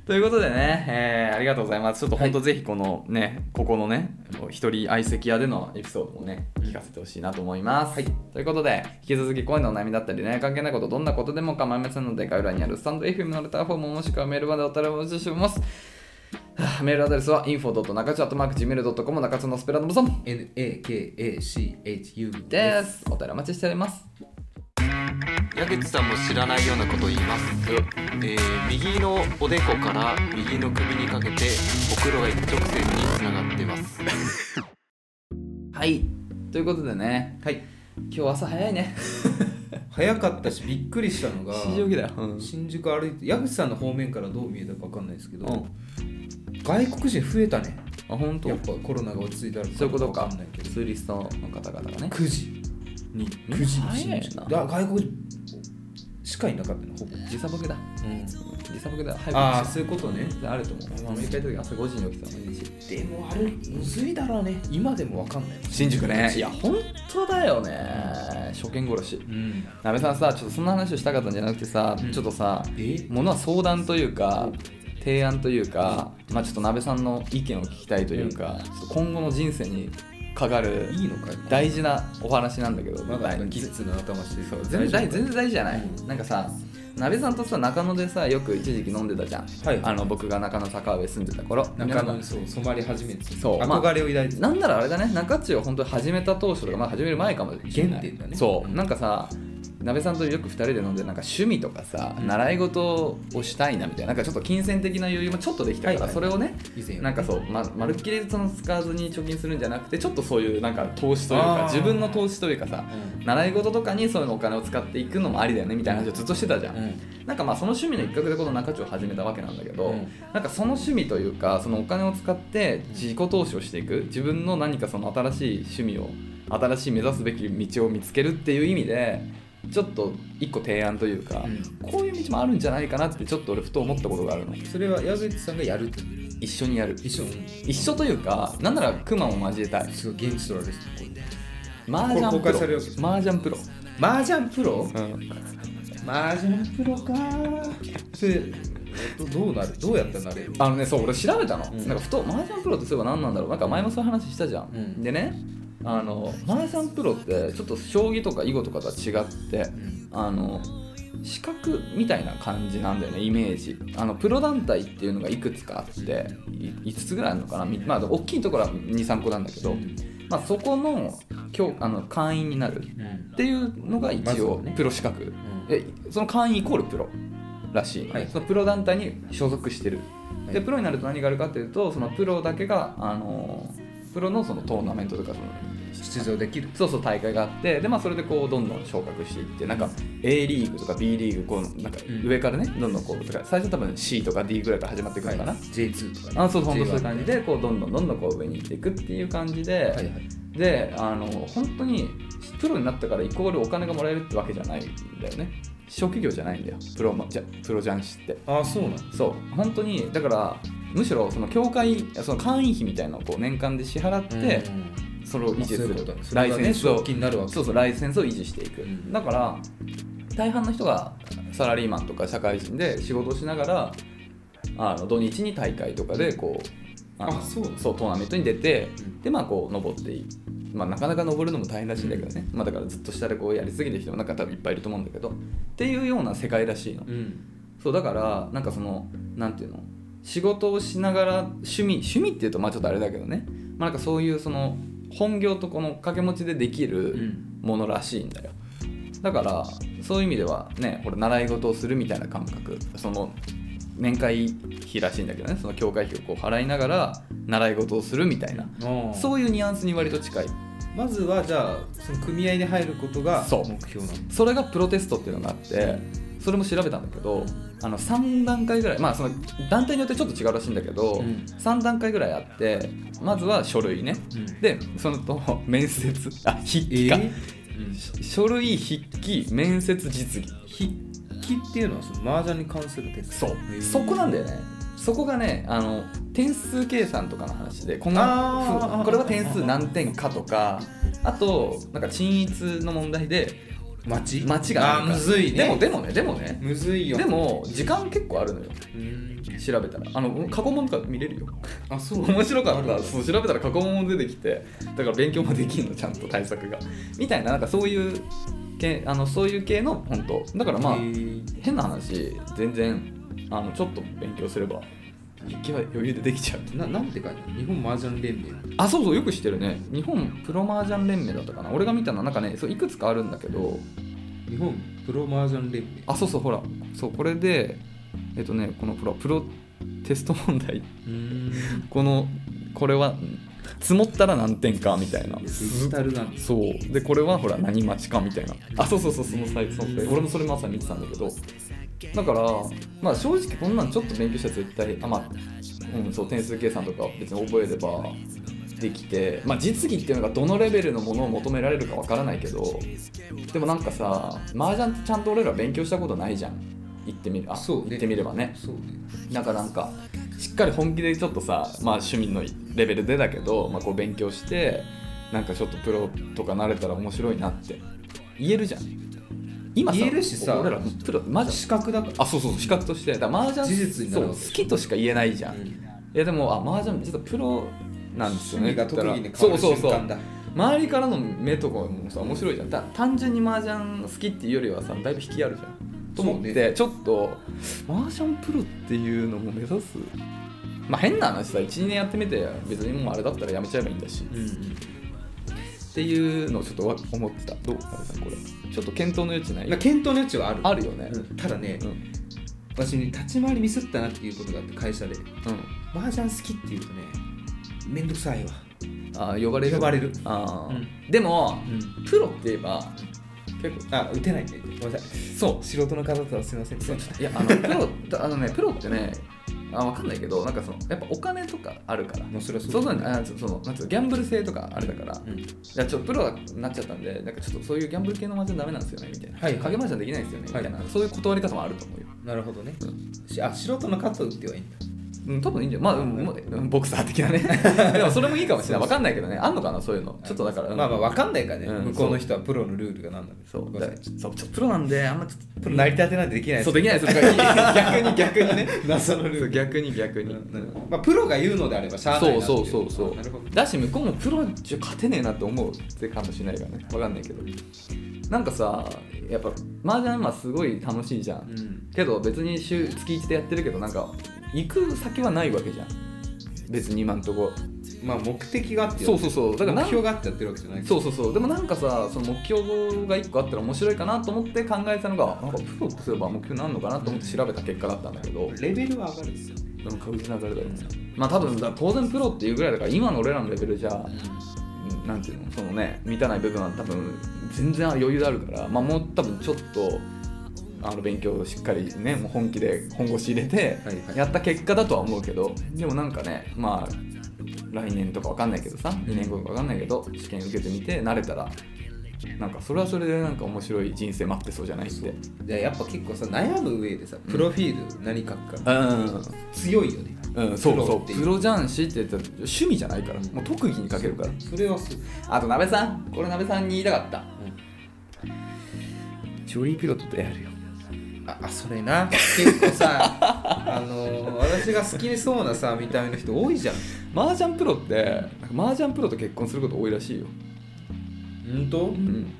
S2: ということでね、えーありがとうございますちょっと本当ぜひこのね、ここのね一人相席屋でのエピソードもね聞かせてほしいなと思います、
S1: はい
S2: ということで引き続き声のお悩みだったり恋愛関係ないことどんなことでも構いませんので概要欄にあるスタンド FM のレターフォームもしくはメールまでお便りをお待ちしておりますはあメールアドレスは info.nakachu.gmail.com 中津のスペラノブソン
S1: NAKACHU
S2: ですお便りお待ちしております
S3: 矢口さんも知らないようなこと言います、えー右のおでこから右の首にかけてほくろが一直線につながってます
S2: はいということでね
S1: はい
S2: 今日朝早いね
S1: 早かったしびっくりしたのが
S2: 市場気だよ、うん
S1: 新宿歩いて矢口さんの方面からどう見えたか分かんないですけど、
S2: うん、あ
S1: 外国人増えたね
S2: 本当
S1: やっぱコロナが落ち着いたら
S2: そういうことか
S1: 分かんないけど
S2: ツーリストの方々がね
S1: 9時に
S2: 9時早いな
S1: だ外国人しかいなかったのほぼ、
S2: 時差ボケだ時差ボケだ早く
S1: ああそういうことね
S2: あると思うアメリカ行った時朝5時に起きてたの毎日
S1: でもあれむずいだろうね今でもわかんない
S2: 新宿ねいや本当だよね初見殺し
S1: うん
S2: なべさんさちょっとそんな話をしたかったんじゃなくてさ、
S1: うん
S2: ちょっとさ
S1: え
S2: ものは相談というか提案というか、まあ、ちょっとなべさんの意見を聞きたいというか、ちょっと今後の人生にかかる
S1: いいのかよ
S2: 大事なお話なんだけど、
S1: まだ
S2: 大
S1: 技術の頭してる
S2: そう全然大全然大事じゃない、
S1: うん
S2: なんかさなべさんとさ中野でさよく一時期飲んでたじゃん、
S1: はい
S2: あの僕が中野坂上住んでた頃
S1: 中野
S2: なん
S1: に
S2: か
S1: そう染まり始めて
S2: そう
S1: 憧れを抱いてた、
S2: なんならあれだね中中を本当に始めた当初とか、まあ、始める前かもしれない
S1: 原点だね
S2: そう、
S1: うん
S2: なんかさなべさんとよく2人で飲んでなんか趣味とかさ、
S1: うん
S2: 習い事をしたいなみたいななんかちょっと金銭的な余裕もちょっとできたから、
S1: はいはい
S2: それをね
S1: 以前はね
S2: なんかそう、ま、まるっきりその使わずに貯金するんじゃなくてちょっとそういうなんか投資というか
S1: あー
S2: 自分の投資というかさ習い事とかにそういうのお金を使っていくのもありだよねみたいな話をずっとしてたじゃん、
S1: うん
S2: なんかまあその趣味の一角でこの中町を始めたわけなんだけど、
S1: うん
S2: なんかその趣味というかそのお金を使って自己投資をしていく自分の何かその新しい趣味を新しい目指すべき道を見つけるっていう意味でちょっと一個提案というか、
S1: う
S2: こういう道もあるんじゃないかなってちょっと俺ふと思ったことがあるの
S1: それは矢口さんがやるっていう
S2: 一緒にやる
S1: 一緒
S2: 一緒というかなんならクマも交えたい
S1: すごい現地取られてる
S2: 麻雀
S1: これ公開されるわけ
S2: プロ麻雀プロ、
S1: マージャンプロ
S2: うん、
S1: マージャンプロかそれどどうなるどうやったらなれる
S2: あのねそう俺調べたの、
S1: うん
S2: なんかふと麻雀プロってそういえば何なんだろうなんか前もそういう話したじゃん、
S1: うん
S2: でねあの麻雀プロってちょっと将棋とか囲碁とかとは違って
S1: うん
S2: あの資格みたいな感じなんだよねイメージあのプロ団体っていうのがいくつかあって5つぐらいあるのかな、みまあ、大きいところは23個なんだけど、まあ、そこの教あの会員になるっ
S1: うん
S2: ていうのが一
S1: まずは
S2: 応
S1: ね
S2: プロ資格、
S1: え
S2: えその会員イコールプロらしいのね、
S1: はい
S2: そのプロ団体に所属してる、
S1: はい
S2: でプロになると何があるかっていうとそのプロだけが、あのープロのそのトーナメントとかその
S1: 出場できる
S2: そうそう大会があってで、まあ、それでこうどんどん昇格していってなんか A リーグとか B リーグこうなんか
S1: うん
S2: 上からね、どんどんこうだから最初多分 C とか D ぐらいから始まっていくのかな、
S1: J2 とかね
S2: あそうそう本当
S1: J1
S2: そういう感じでこうどんどんどんどんこう上に行っていくっていう感じで、
S1: はいはい
S2: であの本当にプロになったからイコールお金がもらえるってわけじゃないんだよね小企業じゃないんだよプロまじゃプロ雀士って
S1: あそうなの
S2: そう本当にだからむしろその協会その会員費みたいなのをこう年間で支払って、それを維持す
S1: そういう
S2: る
S1: ことだそ
S2: ラ
S1: れ
S2: イ
S1: が
S2: セ
S1: ね
S2: ンスを、
S1: 賞金になるわけ
S2: そうそうライセンスを維持していく、
S1: うん
S2: だから大半の人がサラリーマンとか社会人で仕事をしながらあの土日に大会とかでこうあの
S1: あそうなんだ
S2: そうトーナメントに出て、
S1: うん
S2: でまあこう登っていいまあ、なかなか登るのも大変らしいんだけどね、まあ、だからずっと下でこうやりすぎてる人もなんか多分いっぱいいると思うんだけどっていうような世界らしいの、
S1: うん
S2: そうだからなんかそのなんていうの仕事をしながら趣味趣味っていうとまあちょっとあれだけどね、まあ、なんかそういうその本業とこの掛け持ちででき
S1: う
S2: る
S1: ん
S2: ものらしいんだよだからそういう意味ではねほら習い事をするみたいな感覚その年会費らしいんだけどねその教会費をこう払いながら習い事をするみたいな
S1: そう
S2: そういうニュアンスに割と近い
S1: まずはじゃあその組合に入ることが
S2: そう
S1: 目標なの
S2: それがプロテストっていうのがあってそれも調べたんだけどあの3段階ぐらいまあその団体によってちょっと違うらしいんだけど、
S1: うん
S2: 3段階ぐらいあってまずは書類ね
S1: で
S2: でそのと面接あ筆記か、
S1: うん
S2: 書類筆記面接実技
S1: 筆記っていうのはその麻雀に関するテス
S2: そ
S1: ト
S2: うそこなんだよねそこがねあの点数計算とかの話でこん
S1: あ
S2: な
S1: ー
S2: ふこれは点数何点かとかあとなんか鎮一の問題で
S1: 町
S2: 街が
S1: あ
S2: な
S1: ー
S2: んか
S1: むずいね
S2: でもでもねでもね
S1: むずいよ
S2: でも時間結構あるのよ
S1: うん
S2: 調べたらあの過去問とか見れるよ
S1: あそう
S2: 面白かっ
S1: な
S2: た
S1: る
S2: そ
S1: ほ
S2: う調べたら過去問も出てきてだから勉強もできるのちゃん と対策がみたいななんかそういう系あのそういう系の本当だから
S1: ど
S2: まあ
S1: へー
S2: 変な話全然あのちょっと勉強すれば筆記は余裕でできちゃう
S1: ななんて書いてある日本麻雀連盟
S2: あそうそうよく知ってるね日本プロ麻雀連盟だったかな俺が見たのはなんかねそういくつかあるんだけど
S1: 日本プロ麻雀連盟
S2: あそうそうほらそうこれでえっとねこのほらプロテスト問題
S1: うーん
S2: このこれは積もったら何点かみたいな
S1: デジタルなんです
S2: そうでこれはほら何待ちかみたいなあそうそうそうそのサイトそのサイト俺もそれまさに見てたんだけどだからまあ正直こんなんちょっと勉強したら絶対あまあ、うん、そう点数計算とか別に覚えればできて、まあ、実技っていうのがどのレベルのものを求められるかわからないけどでもなんかさ麻雀ってちゃんと俺ら勉強したことないじゃん言ってみるあ
S1: そうね
S2: 言ってみればね
S1: そうね
S2: なんかなんかしっかり本気でちょっとさ、まあ、趣味のレベルでだけど、まあ、こう勉強してなんかちょっとプロとかなれたら面白いなって言えるじゃん今さ
S1: 言えるしさ
S2: 俺らプロマジ
S1: 資格だから
S2: あそうそうそう資格としてだから麻雀
S1: 事実にな
S2: そ
S1: る
S2: う
S1: わけ
S2: 好きとしか言えないじゃん、
S1: うん
S2: いやでもあ麻雀実はプロなんですよね
S1: 趣味が特技
S2: って言
S1: に
S2: った
S1: 変わ
S2: ら
S1: る
S2: そう
S1: 瞬
S2: そうそう
S1: 間だ
S2: 周りからの目とかもさ面白いじゃんだ単純に麻雀好きっていうよりはさだいぶ引きあるじゃんと思っ
S1: そ
S2: て、ちょっと麻雀プロっていうのも目指すまあ変な話さ12年やってみて別にもうあれだったらやめちゃえばいいんだし、っていうのをちょっとわ思ってたどう原さんこれちょっと検討の余地ない
S1: まあ検討の余地はある
S2: あるよね
S1: うんただね、
S2: うん
S1: 私に立ち回りミスったなっていうことがあって会社で
S2: うん
S1: 麻雀好きっていうとねめんどくさいわ
S2: あ呼ばれる
S1: 呼ばれる
S2: あー、
S1: う
S2: でも、
S1: う
S2: プロって言えば結構
S1: あ打てないねごめんなさい
S2: そう
S1: 素人の方とはすいません
S2: そういやあのプロ あのねプロってねあわかんないけどなんかそのやっぱお金とかあるから
S1: もうそれは
S2: そうそうあそそのなんつうのギャンブル性とかあれだから、
S1: うん
S2: いやちょっとプロになっちゃったんでなんかちょっとそういうギャンブル系の麻雀ダメなんですよねみたいな、
S1: はいはい
S2: 影麻雀できないですよねみたいな、
S1: は
S2: そういう断り方もあると思うよ、
S1: なるほどね、しあ素人の方と打ってはいいんだ
S2: うん、多分いいんじゃないまあ、うんもううんボクサー的な ねでもそれもいいかもしれないわかんないけどねあんのかなそういうのちょっとだから、うん
S1: まあまあわかんないからね、
S2: うん
S1: 向こうの人はプロのルールが何なんです
S2: そう
S1: ご
S2: だ
S1: めん
S2: から
S1: なさい
S2: そうちょっとプロなんであんまちょっと
S1: プロ成り立てなんてできないです
S2: そうできないですと か逆に逆にね
S1: 謎のルール
S2: そう逆に逆に、
S1: うんまあ、プロが言うのであればしゃあない
S2: そ
S1: な
S2: う
S1: ってい
S2: そうそうそ
S1: なるほど
S2: うだし向こうもプロじゃ勝てねえなって思うってかもしれないからね分かんないけどなんかさやっぱ麻雀今すごい楽しいじゃん、
S1: うん
S2: けど別に週月1でやってるけどなんか行く先はないわけじゃん別に今んとこ
S1: まあ目的があって
S2: そうそうそうだから
S1: 目
S2: なん
S1: 標があってやってるわけじゃない
S2: そうそうそうでもなんかさその目標が1個あったら面白いかなと思って考えてたのがなんかプロとすれば目標なんのかなと思って調べた結果だったんだけど、
S1: レベルは上がるんですよね、
S2: でも確実な流れだよねまあ多分だ当然プロっていうぐらいだから今の俺らのレベルじゃうんなんていうのそのね満たない部分は多分全然余裕であるからまあもう多分ちょっとあの勉強をしっかりねもう本気で本腰入れて
S1: はいはい
S2: やった結果だとは思うけどでもなんかねまあ来年とかわかんないけどさ2年後とかわかんないけど試験受けてみて慣れたらなんかそれはそれでなんか面白い人生待ってそうじゃないって
S1: じゃあやっぱ結構さ悩む上でさプロフィール何書くか、
S2: うん
S1: 強いよね
S2: うん、そうそ
S1: プロ
S2: う
S1: って
S2: プ
S1: いう
S2: ロじゃんしって言ったら趣味じゃないから、もう特技にかけるから
S1: それはす
S2: あと鍋さんこれ鍋さんに言いたかった、ジョリーピロットとやるよ
S1: ああそれな結構さ あのー私が好きそうなさ見た目の人多いじゃん
S2: 麻雀プロってなんか麻雀プロと結婚すること多いらしいよ、
S1: 本当
S2: うん、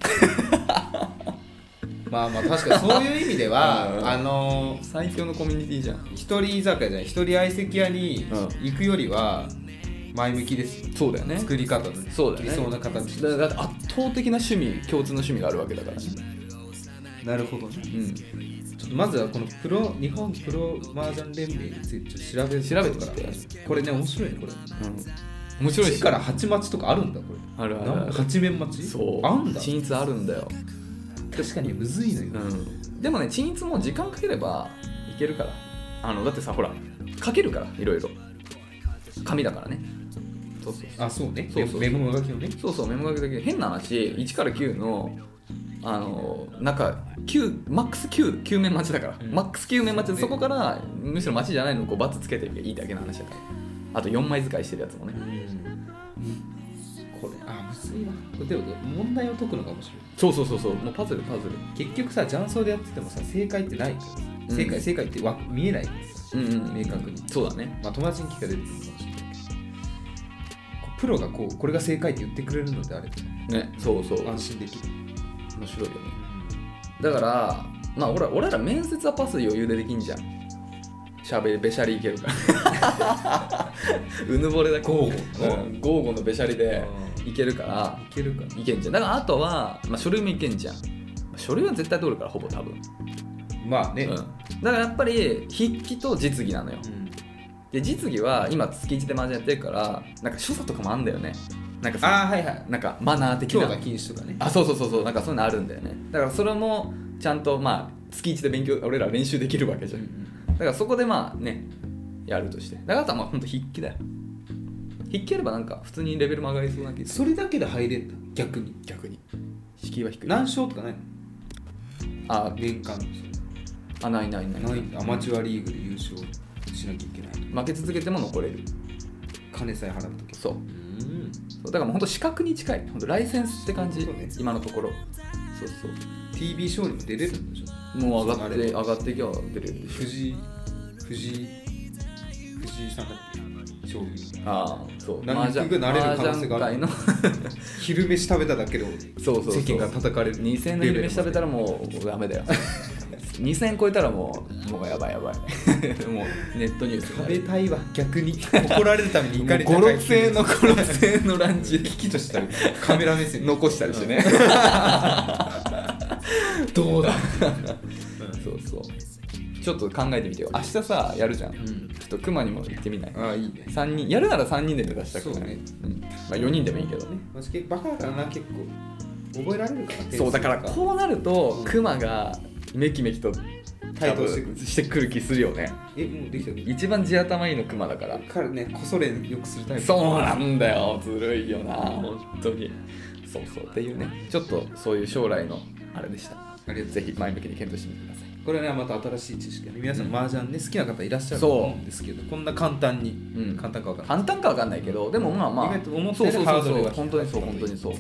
S1: まあまあ確かにそういう意味では、
S2: うん
S1: あのー
S2: 最強のコミュニティじゃん
S1: 一人居酒屋じゃない一人相席屋に
S2: うん
S1: 行くよりは前向きですよ
S2: そうだよね
S1: 作り方の
S2: そうだよね
S1: 理想な形
S2: だだって圧倒的な趣味共通の趣味があるわけだから、
S1: なるほどね
S2: うん、
S1: ちょっとまずはこのプロ日本プロ麻雀連盟についてちょっと調べ
S2: 調べて
S1: か
S2: みて
S1: らこれね面白いねこれ
S2: 面白い
S1: 1
S2: し
S1: から8待ちとかあるんだこ
S2: ある
S1: れ
S2: あるあ
S1: なん
S2: る
S1: 8面待ち
S2: そう
S1: あんだ
S2: 均一あるんだよ
S1: 確かにむずいのよ、
S2: うん、でもね均一も時間かければいけるからあのだってさほらかけるからいろいろ紙だからねそうそう
S1: あそうね
S2: そうそう
S1: メモ書きをね
S2: そうそうメモ書きだけ変な話1から9のあのなんか9マックス9 9面待ちだから、
S1: うん
S2: マックス9面待ちで
S1: ね
S2: そこからむしろ待ちじゃないのをこうバツつけていけばいいだけの話だからあと4枚使いしてるやつもね
S1: これあむずいわでも問題を解くのが面白い
S2: そうそうそうそうもうパズルパズル
S1: 結局さ雀荘でやっててもさ正解ってないからさ
S2: うん
S1: 正解、正解ってわ見えないからさ
S2: うんうん
S1: 明確に
S2: そうだね
S1: まあ友達に聞かれるっていうのかもしれないけどこうプロがこうこれが正解って言ってくれるのであれば
S2: ねそうそう面
S1: 安心できる
S2: 白いよねだからまあ俺ら俺ら面接はパス余裕でできんじゃんしゃべりべしゃりいけるから うぬぼれだけ
S1: 豪
S2: う
S1: 語
S2: ん豪語のべしゃりで
S1: うん
S2: いけるから
S1: いけるかない
S2: けんじゃんだからあとは、まあ、書類もいけんじゃん書類は絶対通るからほぼ多分、
S1: まあね、
S2: うん、だからやっぱり筆記と実技なのよで実技は今月1でマージャンやってるからなんか所作とかもあんだよねなんかさ
S1: ああはいはい
S2: なんかマナー的
S1: 強
S2: な
S1: 打禁止とかね
S2: あそうそうそうそうなんかそういうのあるんだよねだからそれもちゃんとまあ月1で勉強俺ら練習できるわけじゃんだからそこでまあねやるとしてだからあとはまあほんと筆記だよ筆引きあればなんか普通にレベルも上がりそうな気がす
S1: そ
S2: る
S1: れだけで入れんだ逆に
S2: 逆に敷居は低い
S1: 何勝とかないの
S2: あ
S1: 年間
S2: あないないない
S1: ないアマチュアリーグで優勝しなきゃいけないと
S2: 負け続けても残れる
S1: 金さえ払っとけ
S2: そう
S1: うん
S2: そうだからもう本当資格に近い本当ライセンスって感じ、
S1: そうね
S2: 今のところそうそ
S1: TV 賞にも出れるんでしょ
S2: うもう上がっ
S1: そうな
S2: て
S1: れば
S2: 上がっていけば出れるでし
S1: 藤井藤井藤井さんだって将棋
S2: ょああそう
S1: 何
S2: 麻
S1: 局
S2: 雀
S1: がなれる可能性がある
S2: 麻雀界の
S1: 昼飯食べただけで
S2: そうそうそう
S1: 世間が叩かれる
S2: 2000円の昼飯食べたらもうダ メだよ2000円超えたらもうもうやばいやばいもうネットニュース
S1: 食べたいわ逆に怒られるために怒り
S2: 5 6000円の5000円のランチ
S1: 危機としたりカメラ目線
S2: 残したりしてねどうだ そうそうちょっと考えてみてよ明日さやるじゃん、
S1: う
S2: ちょ
S1: ん
S2: っと熊にも行ってみない
S1: ああいいね
S2: 三人やるなら3人で目指したくない
S1: そうね
S2: んまあ、4人でもいいけど
S1: ねマジでバカだからな結構覚えられるから
S2: そうだからこうなるとクマがめきめきと
S1: 台頭してくる
S2: 多分してくる気するよね
S1: えもうできたでき
S2: 一番地頭いいのクマだから
S1: た彼ねこそれんよくするタイプ
S2: そうなんだよずるいよな本当にそうそうっていうねちょっとそういう将来のあれでした
S1: ありがとうございます
S2: ぜひ前向きに検討してみてください
S1: これねまた新しい知識だね皆さん麻雀ね好きな方いらっしゃる
S2: そう
S1: と思うんですけどこんな簡単に、
S2: うん
S1: 簡単かわからない
S2: 簡単かわかんないけどでもまあまあ
S1: 意外と思った
S2: そ
S1: より
S2: うそう
S1: ハ
S2: そ
S1: ー
S2: う
S1: ドル
S2: そう
S1: が低い
S2: 本当にそう本当にそう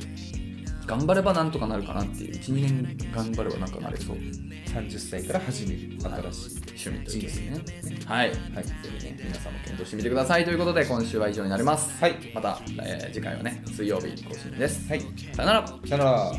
S2: 頑張ればなんとかなるかなっていう12年頑張ればなんかなれそう
S1: 30歳から始める新しい
S2: 趣味
S1: 人生
S2: ねはい、はい、ぜひね皆さんも検討してみてくださいということで今週は以上になります
S1: はい
S2: また、えー次回はね水曜日更新です、
S1: はい
S2: さよなら
S1: さよなら